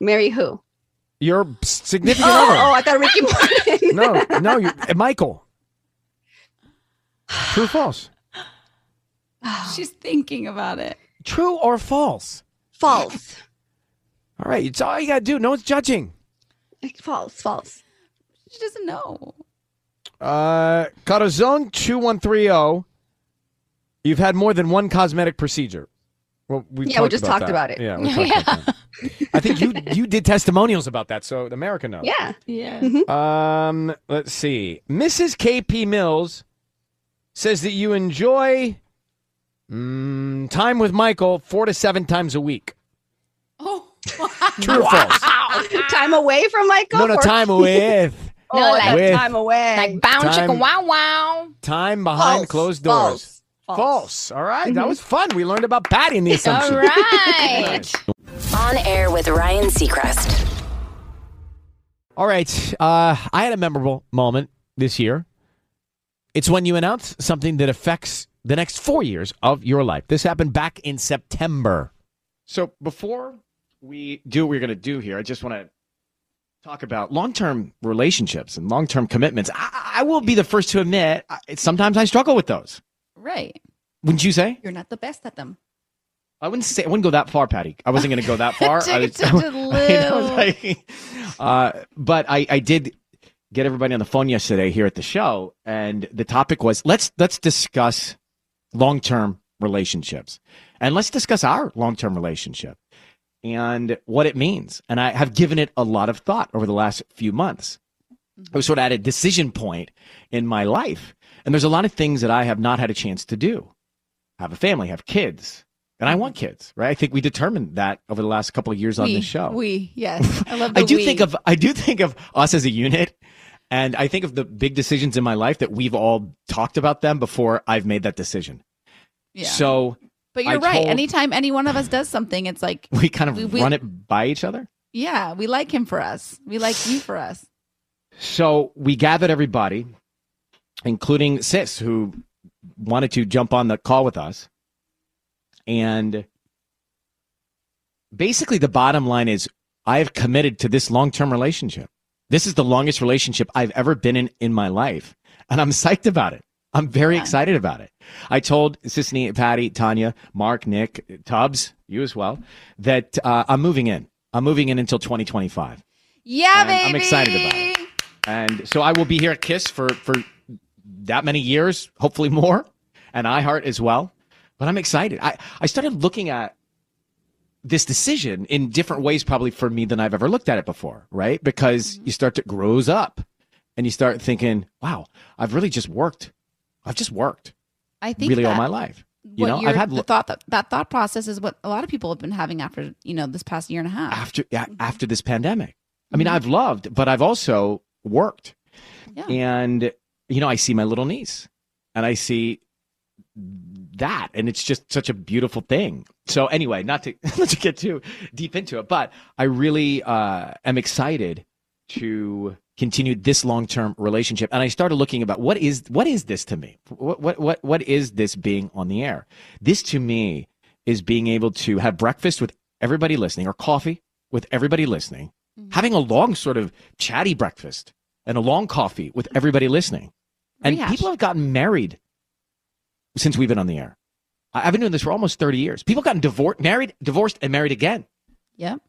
[SPEAKER 13] Marry who?
[SPEAKER 2] Your
[SPEAKER 13] Oh,
[SPEAKER 2] significant
[SPEAKER 13] oh, I thought Ricky Martin.
[SPEAKER 2] other. no, no, you, eh, Michael. True or false?
[SPEAKER 5] She's thinking about it.
[SPEAKER 2] True or false?
[SPEAKER 13] False.
[SPEAKER 2] All right, it's all you gotta do. No one's judging.
[SPEAKER 13] False. False.
[SPEAKER 5] She doesn't know.
[SPEAKER 2] Uh, Carazon two one three zero. You've had more than one cosmetic procedure. Well, we
[SPEAKER 13] Yeah, we just talked about it.
[SPEAKER 2] Yeah, we talked about that. I think you you did testimonials about that, so America knows.
[SPEAKER 13] Yeah.
[SPEAKER 4] Yeah.
[SPEAKER 2] Um, let's see. Mrs. KP Mills says that you enjoy mm, time with Michael four to seven times a week.
[SPEAKER 5] Oh.
[SPEAKER 2] True or false?
[SPEAKER 13] Time away from Michael?
[SPEAKER 2] No, no,
[SPEAKER 13] or-
[SPEAKER 2] time with.
[SPEAKER 13] Oh,
[SPEAKER 2] No,
[SPEAKER 13] like
[SPEAKER 2] with.
[SPEAKER 13] time away.
[SPEAKER 4] Like bound
[SPEAKER 2] Time-
[SPEAKER 4] chicken wow wow.
[SPEAKER 2] Time behind
[SPEAKER 4] False,
[SPEAKER 2] closed doors. False. All right, That was fun. We learned about Patty and the assumption.
[SPEAKER 1] Mm-hmm. All right. On air with Ryan Seacrest.
[SPEAKER 2] All right. Uh, I had a memorable moment this year. It's when you announce something that affects the next four years of your life. This happened back in September. So before we do what we're going to do here, I just want to talk about long term relationships and long term commitments. I, I will be the first to admit, I, sometimes I struggle with those.
[SPEAKER 5] Right.
[SPEAKER 2] Wouldn't you say?
[SPEAKER 5] You're not the best at them.
[SPEAKER 2] I wouldn't say I wouldn't go that far, Patty. I wasn't going to go that far. I
[SPEAKER 5] Take
[SPEAKER 2] was,
[SPEAKER 5] it to the
[SPEAKER 2] I was like- uh, but I, I did get everybody on the phone yesterday here at the show, and the topic was let's let's discuss long term relationships. and let's discuss our long term relationship and what it means. And I have given it a lot of thought over the last few months. I was sort of at a decision point in my life. And there's a lot of things that I have not had a chance to do have a family, have kids. And I want kids, right? I think we determined that over the last couple of years on
[SPEAKER 5] we,
[SPEAKER 2] this show.
[SPEAKER 5] We, yes. I love the
[SPEAKER 2] I do
[SPEAKER 5] we.
[SPEAKER 2] think of I do think of us as a unit, and I think of the big decisions in my life that we've all talked about them before I've made that decision.
[SPEAKER 5] Yeah.
[SPEAKER 2] So,
[SPEAKER 5] But you're
[SPEAKER 2] I
[SPEAKER 5] right.
[SPEAKER 2] told-
[SPEAKER 5] Anytime any one of us does something, it's like,
[SPEAKER 2] we kind of
[SPEAKER 5] We- we-
[SPEAKER 2] run it by each other.
[SPEAKER 5] yeah, we like him for us. We like you for us.
[SPEAKER 2] So we gathered everybody, including Sis, who wanted to jump on the call with us. And basically, the bottom line is I have committed to this long term relationship. This is the longest relationship I've ever been in in my life. And I'm psyched about it. I'm very excited about it. I told Sisney, Patty, Tanya, Mark, Nick, Tubbs, you as well, that uh, I'm moving in. I'm moving in until 2025
[SPEAKER 5] Yeah,
[SPEAKER 2] and
[SPEAKER 5] baby.
[SPEAKER 2] I'm excited about it. And so I will be here at Kiss for for that many years, hopefully more, and iHeart as well. But I'm excited. I I started looking at this decision in different ways probably for me than I've ever looked at it before, right? Because you start to grows up and you start thinking, wow, I've really just worked. I've just worked
[SPEAKER 5] I think
[SPEAKER 2] really all
[SPEAKER 5] that
[SPEAKER 2] my life. You
[SPEAKER 5] what
[SPEAKER 2] know, I've
[SPEAKER 5] you're-
[SPEAKER 2] had
[SPEAKER 5] the
[SPEAKER 2] lo-
[SPEAKER 5] thought that, that thought process is what a lot of people have been having after you know this past year and a half.
[SPEAKER 2] after a- after this pandemic. I mean, I've loved, but I've also worked. And you know, I see my little niece and I see that and it's just such a beautiful thing. So anyway, not to not to get too deep into it, but I really uh am excited to continue this long-term relationship and I started looking about what is what is this to me? What what what what is this being on the air? This to me is being able to have breakfast with everybody listening or coffee with everybody listening, having a long sort of chatty breakfast and a long coffee with everybody listening. And
[SPEAKER 5] Rehash.
[SPEAKER 2] people have gotten married since we've been on the air. I- I've been doing this for almost 30 years. People have gotten divorced, married, divorced, and married again.
[SPEAKER 5] Yep.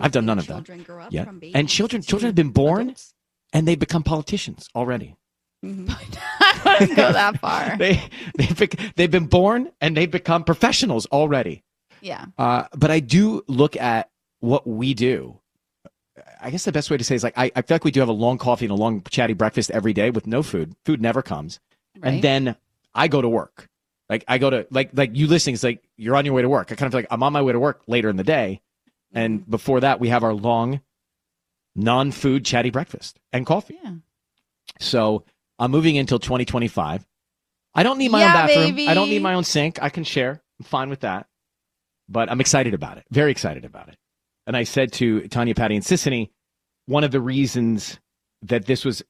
[SPEAKER 2] I've done none of that.
[SPEAKER 5] children grow up
[SPEAKER 2] yet.
[SPEAKER 5] from
[SPEAKER 2] and children, children have been born and they've become politicians already.
[SPEAKER 5] Mm-hmm. I wouldn't go that far.
[SPEAKER 2] They, they've, bec- they've been born and they've become professionals already.
[SPEAKER 5] Yeah.
[SPEAKER 2] Uh, but I do look at what we do. I guess the best way to say is like I, I feel like we do have a long coffee and a long chatty breakfast every day with no food. Food never comes,
[SPEAKER 5] Right.
[SPEAKER 2] and then I go to work. Like I go to like like you listening is like you're on your way to work. I kind of feel like I'm on my way to work later in the day,
[SPEAKER 5] Mm-hmm.
[SPEAKER 2] and before that we have our long, non-food chatty breakfast and coffee.
[SPEAKER 5] Yeah.
[SPEAKER 2] So I'm moving until 2025. I don't need my
[SPEAKER 5] Yeah,
[SPEAKER 2] own bathroom. I don't
[SPEAKER 5] baby.
[SPEAKER 2] need my own sink. I can share. I'm fine with that. But I'm excited about it. Very excited about it. And I said to Tanya, Patty, and Sissany, one of the reasons that this was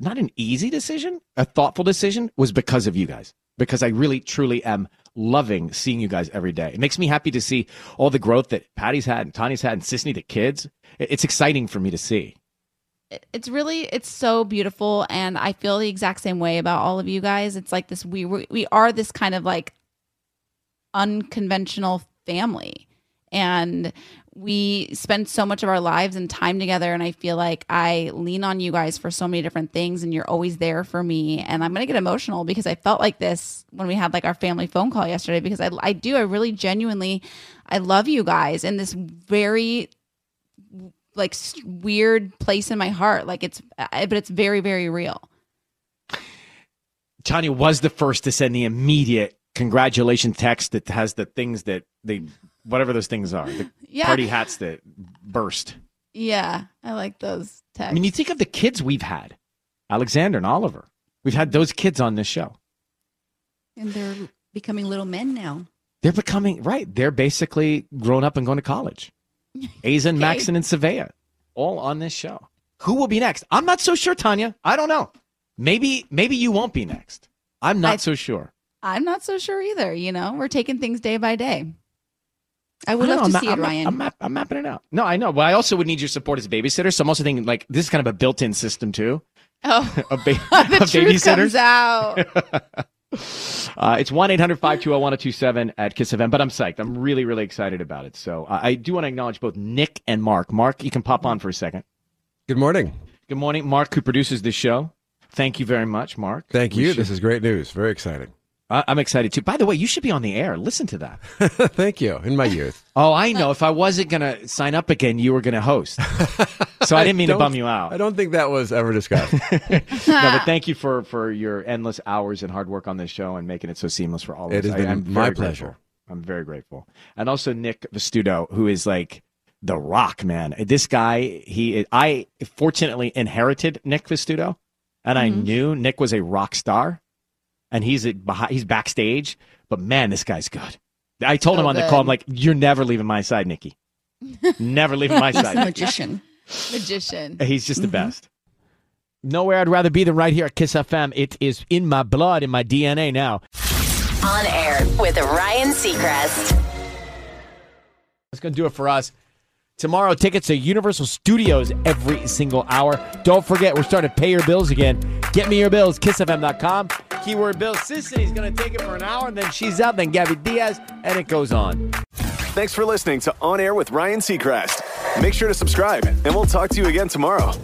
[SPEAKER 2] not an easy decision, a thoughtful decision, was because of you guys. Because I really, truly am loving seeing you guys every day. It makes me happy to see all the growth that Patty's had and Tanya's had and Sissany, the kids. It- It's exciting for me to see.
[SPEAKER 5] it's really it's so beautiful and i feel the exact same way about all of you guys it's like this we we we are this kind of like unconventional family and we spend so much of our lives and time together and i feel like i lean on you guys for so many different things and you're always there for me and i'm gonna get emotional because i felt like this when we had like our family phone call yesterday because i, I do i really genuinely i love you guys in this very like s- weird place in my heart. Like it's, I, but it's very, very real.
[SPEAKER 2] Tanya was the first to send the immediate congratulation text that has the things that they, whatever those things are, the
[SPEAKER 5] Yeah.
[SPEAKER 2] party hats that burst.
[SPEAKER 5] Yeah, I like those texts.
[SPEAKER 2] I mean, you think of the kids we've had, Alexander and Oliver. We've had those kids on this show.
[SPEAKER 16] And they're becoming little men now.
[SPEAKER 2] They're becoming right. They're basically grown up and going to college. Azen, Maxon, and Savea, all on this show. Who will be next? I'm not so sure, Tanya. I don't know. Maybe, maybe you won't be next. I'm not so sure.
[SPEAKER 5] I'm not so sure either. You know, we're taking things day by day. I
[SPEAKER 2] don't know, I'm ma- I'm ma- I'm, map- I'm mapping it out. No, I know, but I also would need your support as a babysitter. So I'm also thinking like this is kind of a built-in system too.
[SPEAKER 5] Oh,
[SPEAKER 2] a, ba-
[SPEAKER 5] the
[SPEAKER 2] a
[SPEAKER 5] truth
[SPEAKER 2] babysitter.
[SPEAKER 5] comes out.
[SPEAKER 2] Uh, it's one 800 520 1027 at Kiss FM. But I'm psyched. I'm really, really excited about it. So uh, I, I do want to acknowledge both Nick and Mark. Mark, you can pop on for a second.
[SPEAKER 17] Good morning.
[SPEAKER 2] Good morning, Mark, who produces this show. Thank you very much, Mark.
[SPEAKER 17] Thank
[SPEAKER 2] We
[SPEAKER 17] you.
[SPEAKER 2] should-
[SPEAKER 17] This is great news. Very exciting.
[SPEAKER 2] I- I'm excited too. By the way, you should be on the air. Listen to that.
[SPEAKER 17] Thank you. In my youth.
[SPEAKER 2] Oh, I know. If I wasn't gonna sign up again, you were gonna host. So I didn't mean to
[SPEAKER 17] don't-
[SPEAKER 2] bum you out.
[SPEAKER 17] I don't think that was ever discussed.
[SPEAKER 2] no, but thank you for for your endless hours and hard work on this show and making it so seamless for all of
[SPEAKER 17] It
[SPEAKER 2] us.
[SPEAKER 17] has been
[SPEAKER 2] I, am
[SPEAKER 17] my
[SPEAKER 2] very
[SPEAKER 17] pleasure.
[SPEAKER 2] grateful. I'm very grateful, and also Nick Vestudo, who is like the rock man. This guy, he I fortunately inherited Nick Vestudo, and I
[SPEAKER 5] Mm-hmm.
[SPEAKER 2] knew Nick was a rock star, and he's a, behi- he's backstage. But man, this guy's good. I told
[SPEAKER 5] So
[SPEAKER 2] him on the
[SPEAKER 5] good.
[SPEAKER 2] call, I'm like, you're never leaving my side, Nikki. Never leaving my
[SPEAKER 5] He's a
[SPEAKER 2] side.
[SPEAKER 5] magician.
[SPEAKER 4] Magician.
[SPEAKER 2] He's just the best. Nowhere I'd rather be than right here at Kiss FM. It is in my blood, in my DNA now.
[SPEAKER 1] On air with Ryan Seacrest.
[SPEAKER 2] That's going to do it for us. Tomorrow, tickets to Universal Studios every single hour. Don't forget, we're starting to pay your bills again. Get me your bills, kissfm.com. Keyword bill. Sissy's going to take it for an hour, and then she's out, then Gabby Diaz, and it goes on.
[SPEAKER 7] Thanks for listening to On Air with Ryan Seacrest. Make sure to subscribe, and we'll talk to you again tomorrow.